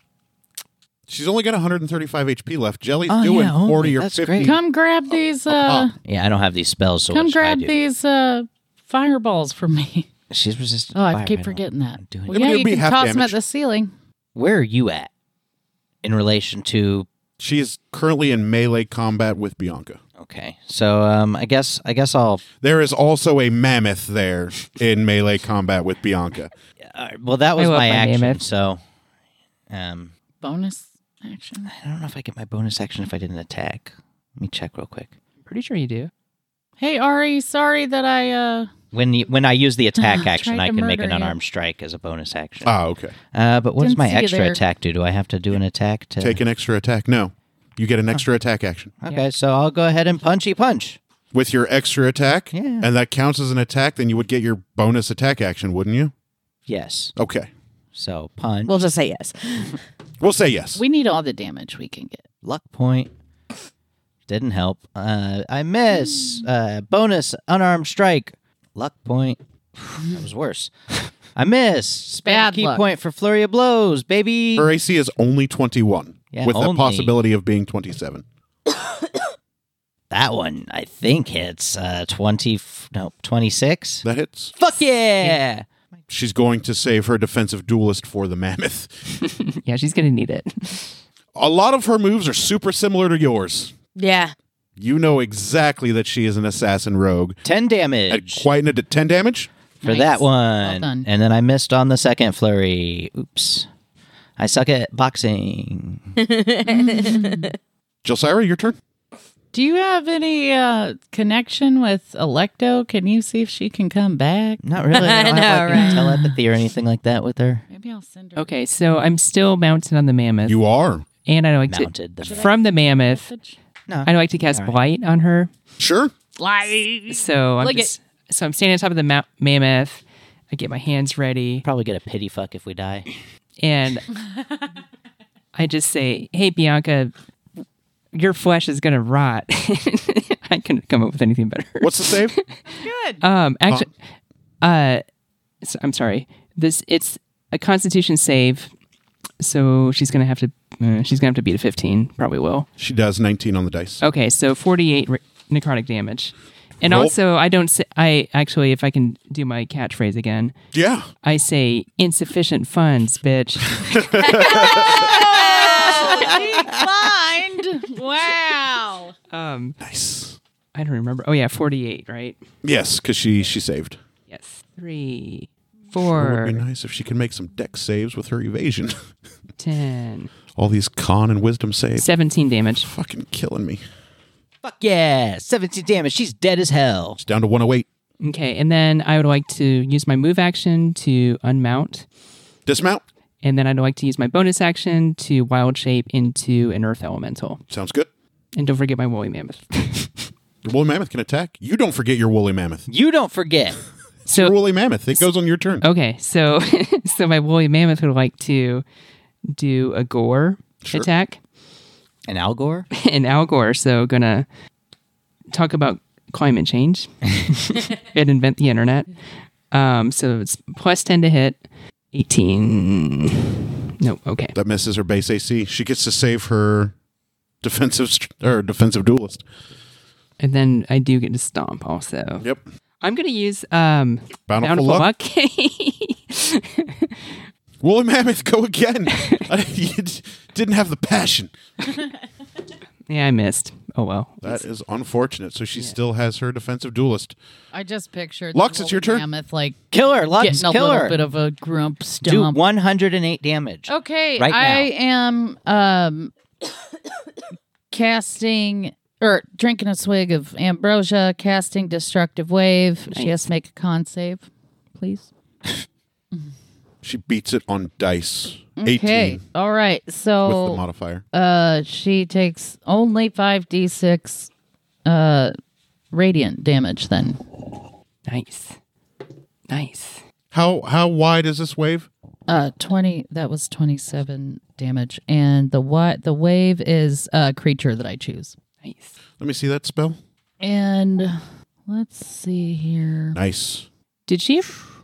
Speaker 1: She's only got 135 HP left. Jelly's
Speaker 3: Oh,
Speaker 1: doing
Speaker 3: yeah, oh,
Speaker 1: 40 or
Speaker 3: that's
Speaker 1: 50.
Speaker 3: great.
Speaker 5: Come grab these uh
Speaker 3: Yeah, I don't have these spells. So
Speaker 5: come
Speaker 3: what should I
Speaker 5: grab
Speaker 3: do?
Speaker 5: these uh fireballs for me.
Speaker 3: She's resistant.
Speaker 5: Oh,
Speaker 3: to
Speaker 5: I
Speaker 3: fire,
Speaker 5: keep
Speaker 3: don't-
Speaker 5: forgetting that.
Speaker 3: I'm doing
Speaker 5: Well,
Speaker 1: it.
Speaker 5: yeah,
Speaker 1: It'll
Speaker 5: you
Speaker 1: be
Speaker 5: can
Speaker 1: half
Speaker 5: toss them at
Speaker 1: damage.
Speaker 5: the ceiling.
Speaker 3: Where are you at in relation to?
Speaker 1: She is currently in melee combat with Bianca.
Speaker 3: Okay. So um, I guess I guess I'll.
Speaker 1: There is also a mammoth there in melee combat with Bianca.
Speaker 3: all right, well, that was
Speaker 7: love
Speaker 3: my,
Speaker 7: my
Speaker 3: action.
Speaker 7: mammoth.
Speaker 3: So, um,
Speaker 5: Bonus action.
Speaker 3: I don't know if I get my bonus action if I didn't attack. Let me check real quick.
Speaker 7: Pretty sure you do.
Speaker 5: Hey Ari, sorry that I uh
Speaker 3: When you, when I use the attack action,
Speaker 5: Tried
Speaker 3: I
Speaker 5: to
Speaker 3: can make an
Speaker 5: murder you.
Speaker 3: unarmed strike as a bonus action.
Speaker 1: Ah, okay.
Speaker 3: Uh, but what does
Speaker 5: Didn't
Speaker 3: my
Speaker 5: see you
Speaker 3: extra
Speaker 5: there.
Speaker 3: attack do? Do I have to do an attack to
Speaker 1: Take an extra attack. No, you
Speaker 3: Oh.
Speaker 1: get an extra attack action
Speaker 3: Okay, so I'll go ahead and punchy punch.
Speaker 1: with your extra attack,
Speaker 3: Yeah.
Speaker 1: and that counts as an attack. Then you would get your bonus attack action, wouldn't you?
Speaker 3: Yes.
Speaker 1: Okay,
Speaker 3: So punch.
Speaker 6: We'll just say yes.
Speaker 1: we'll say yes.
Speaker 5: we need all the damage we can get.
Speaker 3: luck point. Didn't help. Uh, I miss. Uh, bonus unarmed strike. Luck point. that was worse. I miss. Spam
Speaker 5: Bad
Speaker 3: key
Speaker 5: luck.
Speaker 3: point for flurry of blows, baby.
Speaker 1: Her AC is only 21,
Speaker 3: Yeah,
Speaker 1: with
Speaker 3: only.
Speaker 1: the possibility of being 27.
Speaker 3: that one I think hits uh, twenty. f- No, twenty six.
Speaker 1: That hits.
Speaker 3: Fuck yeah!
Speaker 1: She's going to save her defensive duelist for the mammoth.
Speaker 7: Yeah, she's gonna need it.
Speaker 1: A lot of her moves are super similar to yours.
Speaker 6: Yeah.
Speaker 1: You know exactly that she is an assassin rogue.
Speaker 3: Ten
Speaker 1: At
Speaker 3: damage
Speaker 1: quite a 10 damage?
Speaker 3: for
Speaker 5: Nice.
Speaker 3: that
Speaker 5: Well
Speaker 3: one,
Speaker 5: done.
Speaker 3: and then I missed on the second flurry. Oops. I suck at boxing.
Speaker 1: Jelsira, your turn.
Speaker 5: Do you have any uh connection with Electo? Can you see if she can come back?
Speaker 3: Not really. I don't
Speaker 6: know,
Speaker 3: have, like, any telepathy or anything like that with her.
Speaker 5: Maybe I'll send her
Speaker 7: Okay, so I'm still mounted on the mammoth,
Speaker 1: You are.
Speaker 7: and I like to
Speaker 3: Mounted. The
Speaker 7: from the mammoth.
Speaker 3: No.
Speaker 7: I like to cast blight on her.
Speaker 1: Sure.
Speaker 7: So I'm
Speaker 5: Lick it.
Speaker 7: just, so I'm standing on top of the ma- mammoth. I get my hands ready,
Speaker 3: probably get a pity fuck if we die.
Speaker 7: and I just say, "Hey, Bianca, your flesh is gonna rot." I couldn't come up with anything better.
Speaker 1: What's the save?
Speaker 7: Um, actually, uh, so, I'm sorry. This it's a Constitution save, so she's gonna have to uh, she's gonna have to beat a 15. Probably will.
Speaker 1: she does 19 on the dice.
Speaker 3: Oh.
Speaker 7: Okay, so 48 re- necrotic damage, and
Speaker 1: Roll.
Speaker 7: also I don't. Say, I actually, if I can do my catchphrase again,
Speaker 1: Yeah.
Speaker 7: I say insufficient funds, bitch.
Speaker 5: blind. Wow.
Speaker 7: um,
Speaker 1: Nice.
Speaker 7: I don't remember. Oh yeah, 48, right?
Speaker 1: Yes, because she she saved.
Speaker 7: Yes, three,
Speaker 1: It
Speaker 7: four,
Speaker 1: would be nice if she could make some deck saves with her evasion.
Speaker 7: ten,
Speaker 1: All these con and wisdom saves.
Speaker 7: 17 damage.
Speaker 1: Fucking killing me.
Speaker 3: Fuck yeah. 17 damage. She's dead as hell.
Speaker 1: It's down to 108.
Speaker 7: Okay, and then I would like to use my move action to unmount.
Speaker 1: Dismount.
Speaker 7: And then I'd like to use my bonus action to wild shape into an earth elemental.
Speaker 1: Sounds good.
Speaker 7: And don't forget my woolly mammoth.
Speaker 1: Your woolly mammoth can attack. You don't forget your woolly mammoth.
Speaker 3: You don't forget.
Speaker 1: Your
Speaker 7: so
Speaker 1: woolly mammoth. It goes on your turn.
Speaker 7: okay, so so my woolly mammoth would like to do a gore
Speaker 1: Sure.
Speaker 7: attack.
Speaker 3: And Al Gore?
Speaker 7: and Al Gore, so gonna talk about climate change and invent the internet. Um, so it's plus ten to hit, eighteen. No, okay.
Speaker 1: That misses her base AC. She gets to save her defensive st- or defensive duelist.
Speaker 7: And then I do get to stomp also.
Speaker 1: Yep.
Speaker 7: I'm gonna use um,
Speaker 1: Bountiful,
Speaker 7: bountiful
Speaker 1: luck.
Speaker 7: luck.
Speaker 1: Woolly mammoth, go again. I, you d- didn't have the passion.
Speaker 7: Yeah, I missed. Oh well.
Speaker 1: That is unfortunate. So she still has her defensive duelist.
Speaker 5: I just pictured
Speaker 1: Lux, it's your turn.
Speaker 5: Mammoth like
Speaker 3: Kill her, Lux.
Speaker 5: getting a
Speaker 3: Kill
Speaker 5: little
Speaker 3: her.
Speaker 5: bit of a grump
Speaker 3: Do
Speaker 5: stomp.
Speaker 3: 108 damage.
Speaker 5: Okay,
Speaker 3: Right now.
Speaker 5: I am um casting or drinking a swig of ambrosia, casting destructive wave. She has to make a con save, please.
Speaker 1: She beats it on dice.
Speaker 5: Okay.
Speaker 1: 18
Speaker 5: All right.
Speaker 1: with the
Speaker 5: So
Speaker 1: modifier.
Speaker 5: uh she takes only 5d6 uh radiant damage then.
Speaker 7: Nice. Nice.
Speaker 1: How how wide is this wave?
Speaker 5: Uh 20 that was 27 damage and the what the wave is a creature that I choose.
Speaker 7: Nice.
Speaker 1: Let me see that spell.
Speaker 5: And let's see here.
Speaker 1: Nice.
Speaker 7: Did she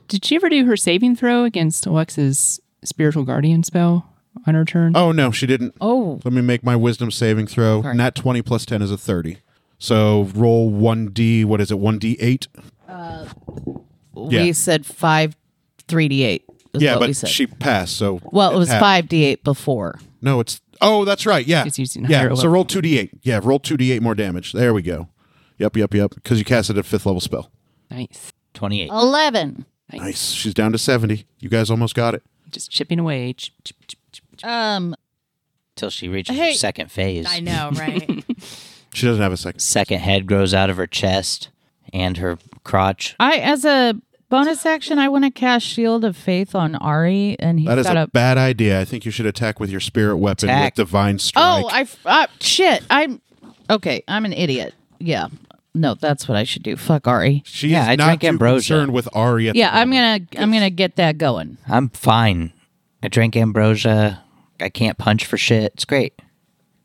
Speaker 7: did she ever do her saving throw against Alexa's spiritual guardian spell on her turn?
Speaker 1: Oh no, she didn't.
Speaker 5: Oh,
Speaker 1: Let me make my wisdom saving throw. Nat 20 plus 10 is a 30. So roll 1d, what is it, 1d8? Yeah.
Speaker 5: we said five, three d eight. Is
Speaker 1: Yeah,
Speaker 5: what we
Speaker 1: but
Speaker 5: said.
Speaker 1: she passed, so.
Speaker 5: well, it was
Speaker 1: half.
Speaker 5: five d eight before.
Speaker 1: No, it's. Oh, that's right. Yeah.
Speaker 7: She's using higher
Speaker 1: yeah, so
Speaker 7: level.
Speaker 1: roll 2d8. Yeah, roll 2d8 more damage. There we go. Yep, yep, yep. Because you casted a fifth level spell.
Speaker 7: Nice.
Speaker 3: 28.
Speaker 5: Oh. Eleven.
Speaker 1: Nice. She's down to 70. You guys almost got it.
Speaker 7: Just chipping away. Chip, chip, chip, chip, chip.
Speaker 5: Um,
Speaker 3: Till she reaches
Speaker 6: Hey.
Speaker 3: her second phase.
Speaker 6: I know, right?
Speaker 1: She doesn't have a second.
Speaker 3: Second head grows out of her chest and her crotch.
Speaker 5: I as a bonus action, I want to cast Shield of Faith on Ari, and he's
Speaker 1: That is
Speaker 5: got
Speaker 1: a
Speaker 5: a.
Speaker 1: bad idea. I think you should attack with your spirit weapon
Speaker 3: Attack.
Speaker 1: with divine strike.
Speaker 5: oh, I f- uh, shit. I'm okay. I'm an idiot. Yeah. No, that's what I should do. Fuck Ari.
Speaker 1: She's
Speaker 3: Yeah, I
Speaker 1: not
Speaker 3: drank
Speaker 1: too
Speaker 3: ambrosia.
Speaker 1: concerned with Ari. At the
Speaker 5: Yeah, I'm
Speaker 1: moment.
Speaker 5: gonna I'm gonna get that going.
Speaker 3: I'm fine. I drank ambrosia. I can't punch for shit. It's great.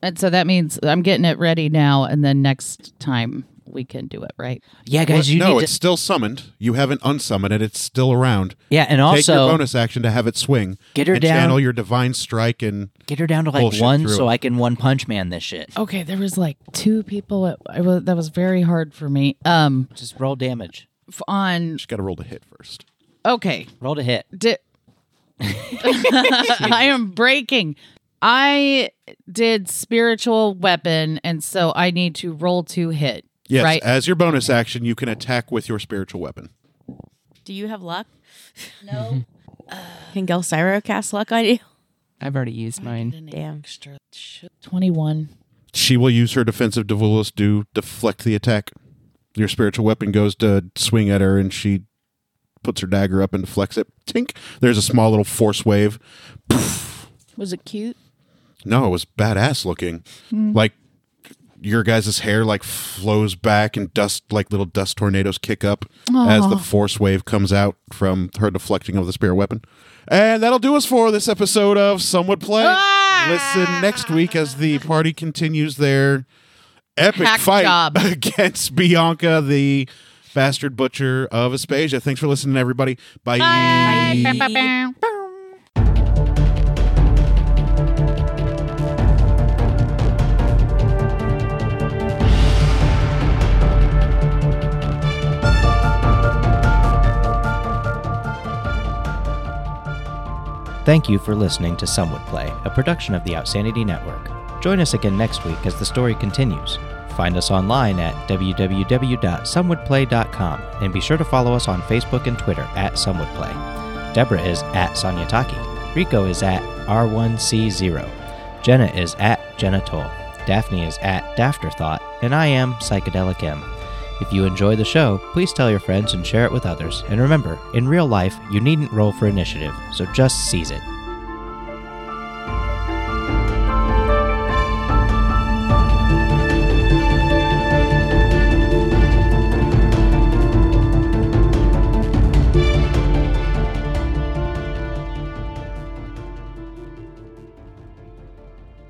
Speaker 5: And so that means I'm getting it ready now, and then next time we can do it, right?
Speaker 3: Yeah, guys,
Speaker 1: What?
Speaker 3: you
Speaker 1: no,
Speaker 3: need
Speaker 1: it's
Speaker 3: to.
Speaker 1: still summoned. You haven't unsummoned it. It's still around.
Speaker 3: Yeah, and
Speaker 1: Take your
Speaker 3: also
Speaker 1: bonus action to have it swing.
Speaker 3: Get her
Speaker 1: and
Speaker 3: down.
Speaker 1: Channel your divine strike and
Speaker 3: get her down to like
Speaker 1: Bullshit
Speaker 3: one,
Speaker 1: through
Speaker 3: so
Speaker 1: it.
Speaker 3: I can one punch man this shit.
Speaker 5: Okay, there was like two people. At, I was, that was very hard for me. Um,
Speaker 3: Just roll damage.
Speaker 5: f- on
Speaker 1: she's got to roll to hit first.
Speaker 5: okay,
Speaker 3: Roll to hit.
Speaker 5: di- I am breaking. I did spiritual weapon, and so I need to roll to hit.
Speaker 1: Yes,
Speaker 5: right.
Speaker 1: as your bonus action, you can attack with your spiritual weapon.
Speaker 6: Do you have luck? No. Can Gelsiro cast luck on you?
Speaker 7: I've already used mine.
Speaker 6: Damn.
Speaker 5: Extra shit. twenty-one.
Speaker 1: She will use her defensive duelist to deflect the attack. Your spiritual weapon goes to swing at her, and she puts her dagger up and deflects it. Tink! There's a small little force wave.
Speaker 5: Was it cute?
Speaker 1: No, it was badass looking.
Speaker 5: Hmm.
Speaker 1: Like your guys' hair like flows back and dust like little dust tornadoes kick up as the force wave comes out from her deflecting of the spear weapon. And that'll do us for this episode of Some Would Play.
Speaker 5: Ah!
Speaker 1: Listen next week as the party continues their epic
Speaker 5: Hack
Speaker 1: fight
Speaker 5: job.
Speaker 1: against Bianca, the bastard butcher of Aspasia. Thanks for listening, everybody. Bye.
Speaker 3: Thank you for listening to Some Would Play, a production of the Outsanity Network. Join us again next week as the story continues. Find us online at www.somewouldplay.com and be sure to follow us on Facebook and Twitter at Some Would Play. Deborah is at Sanyataki. Rico is at R1C0. Jenna is at Genitol. Daphne is at Dafterthought. And I am Psychedelic M. If you enjoy the show, please tell your friends and share it with others. And remember, in real life, you needn't roll for initiative, so just seize it.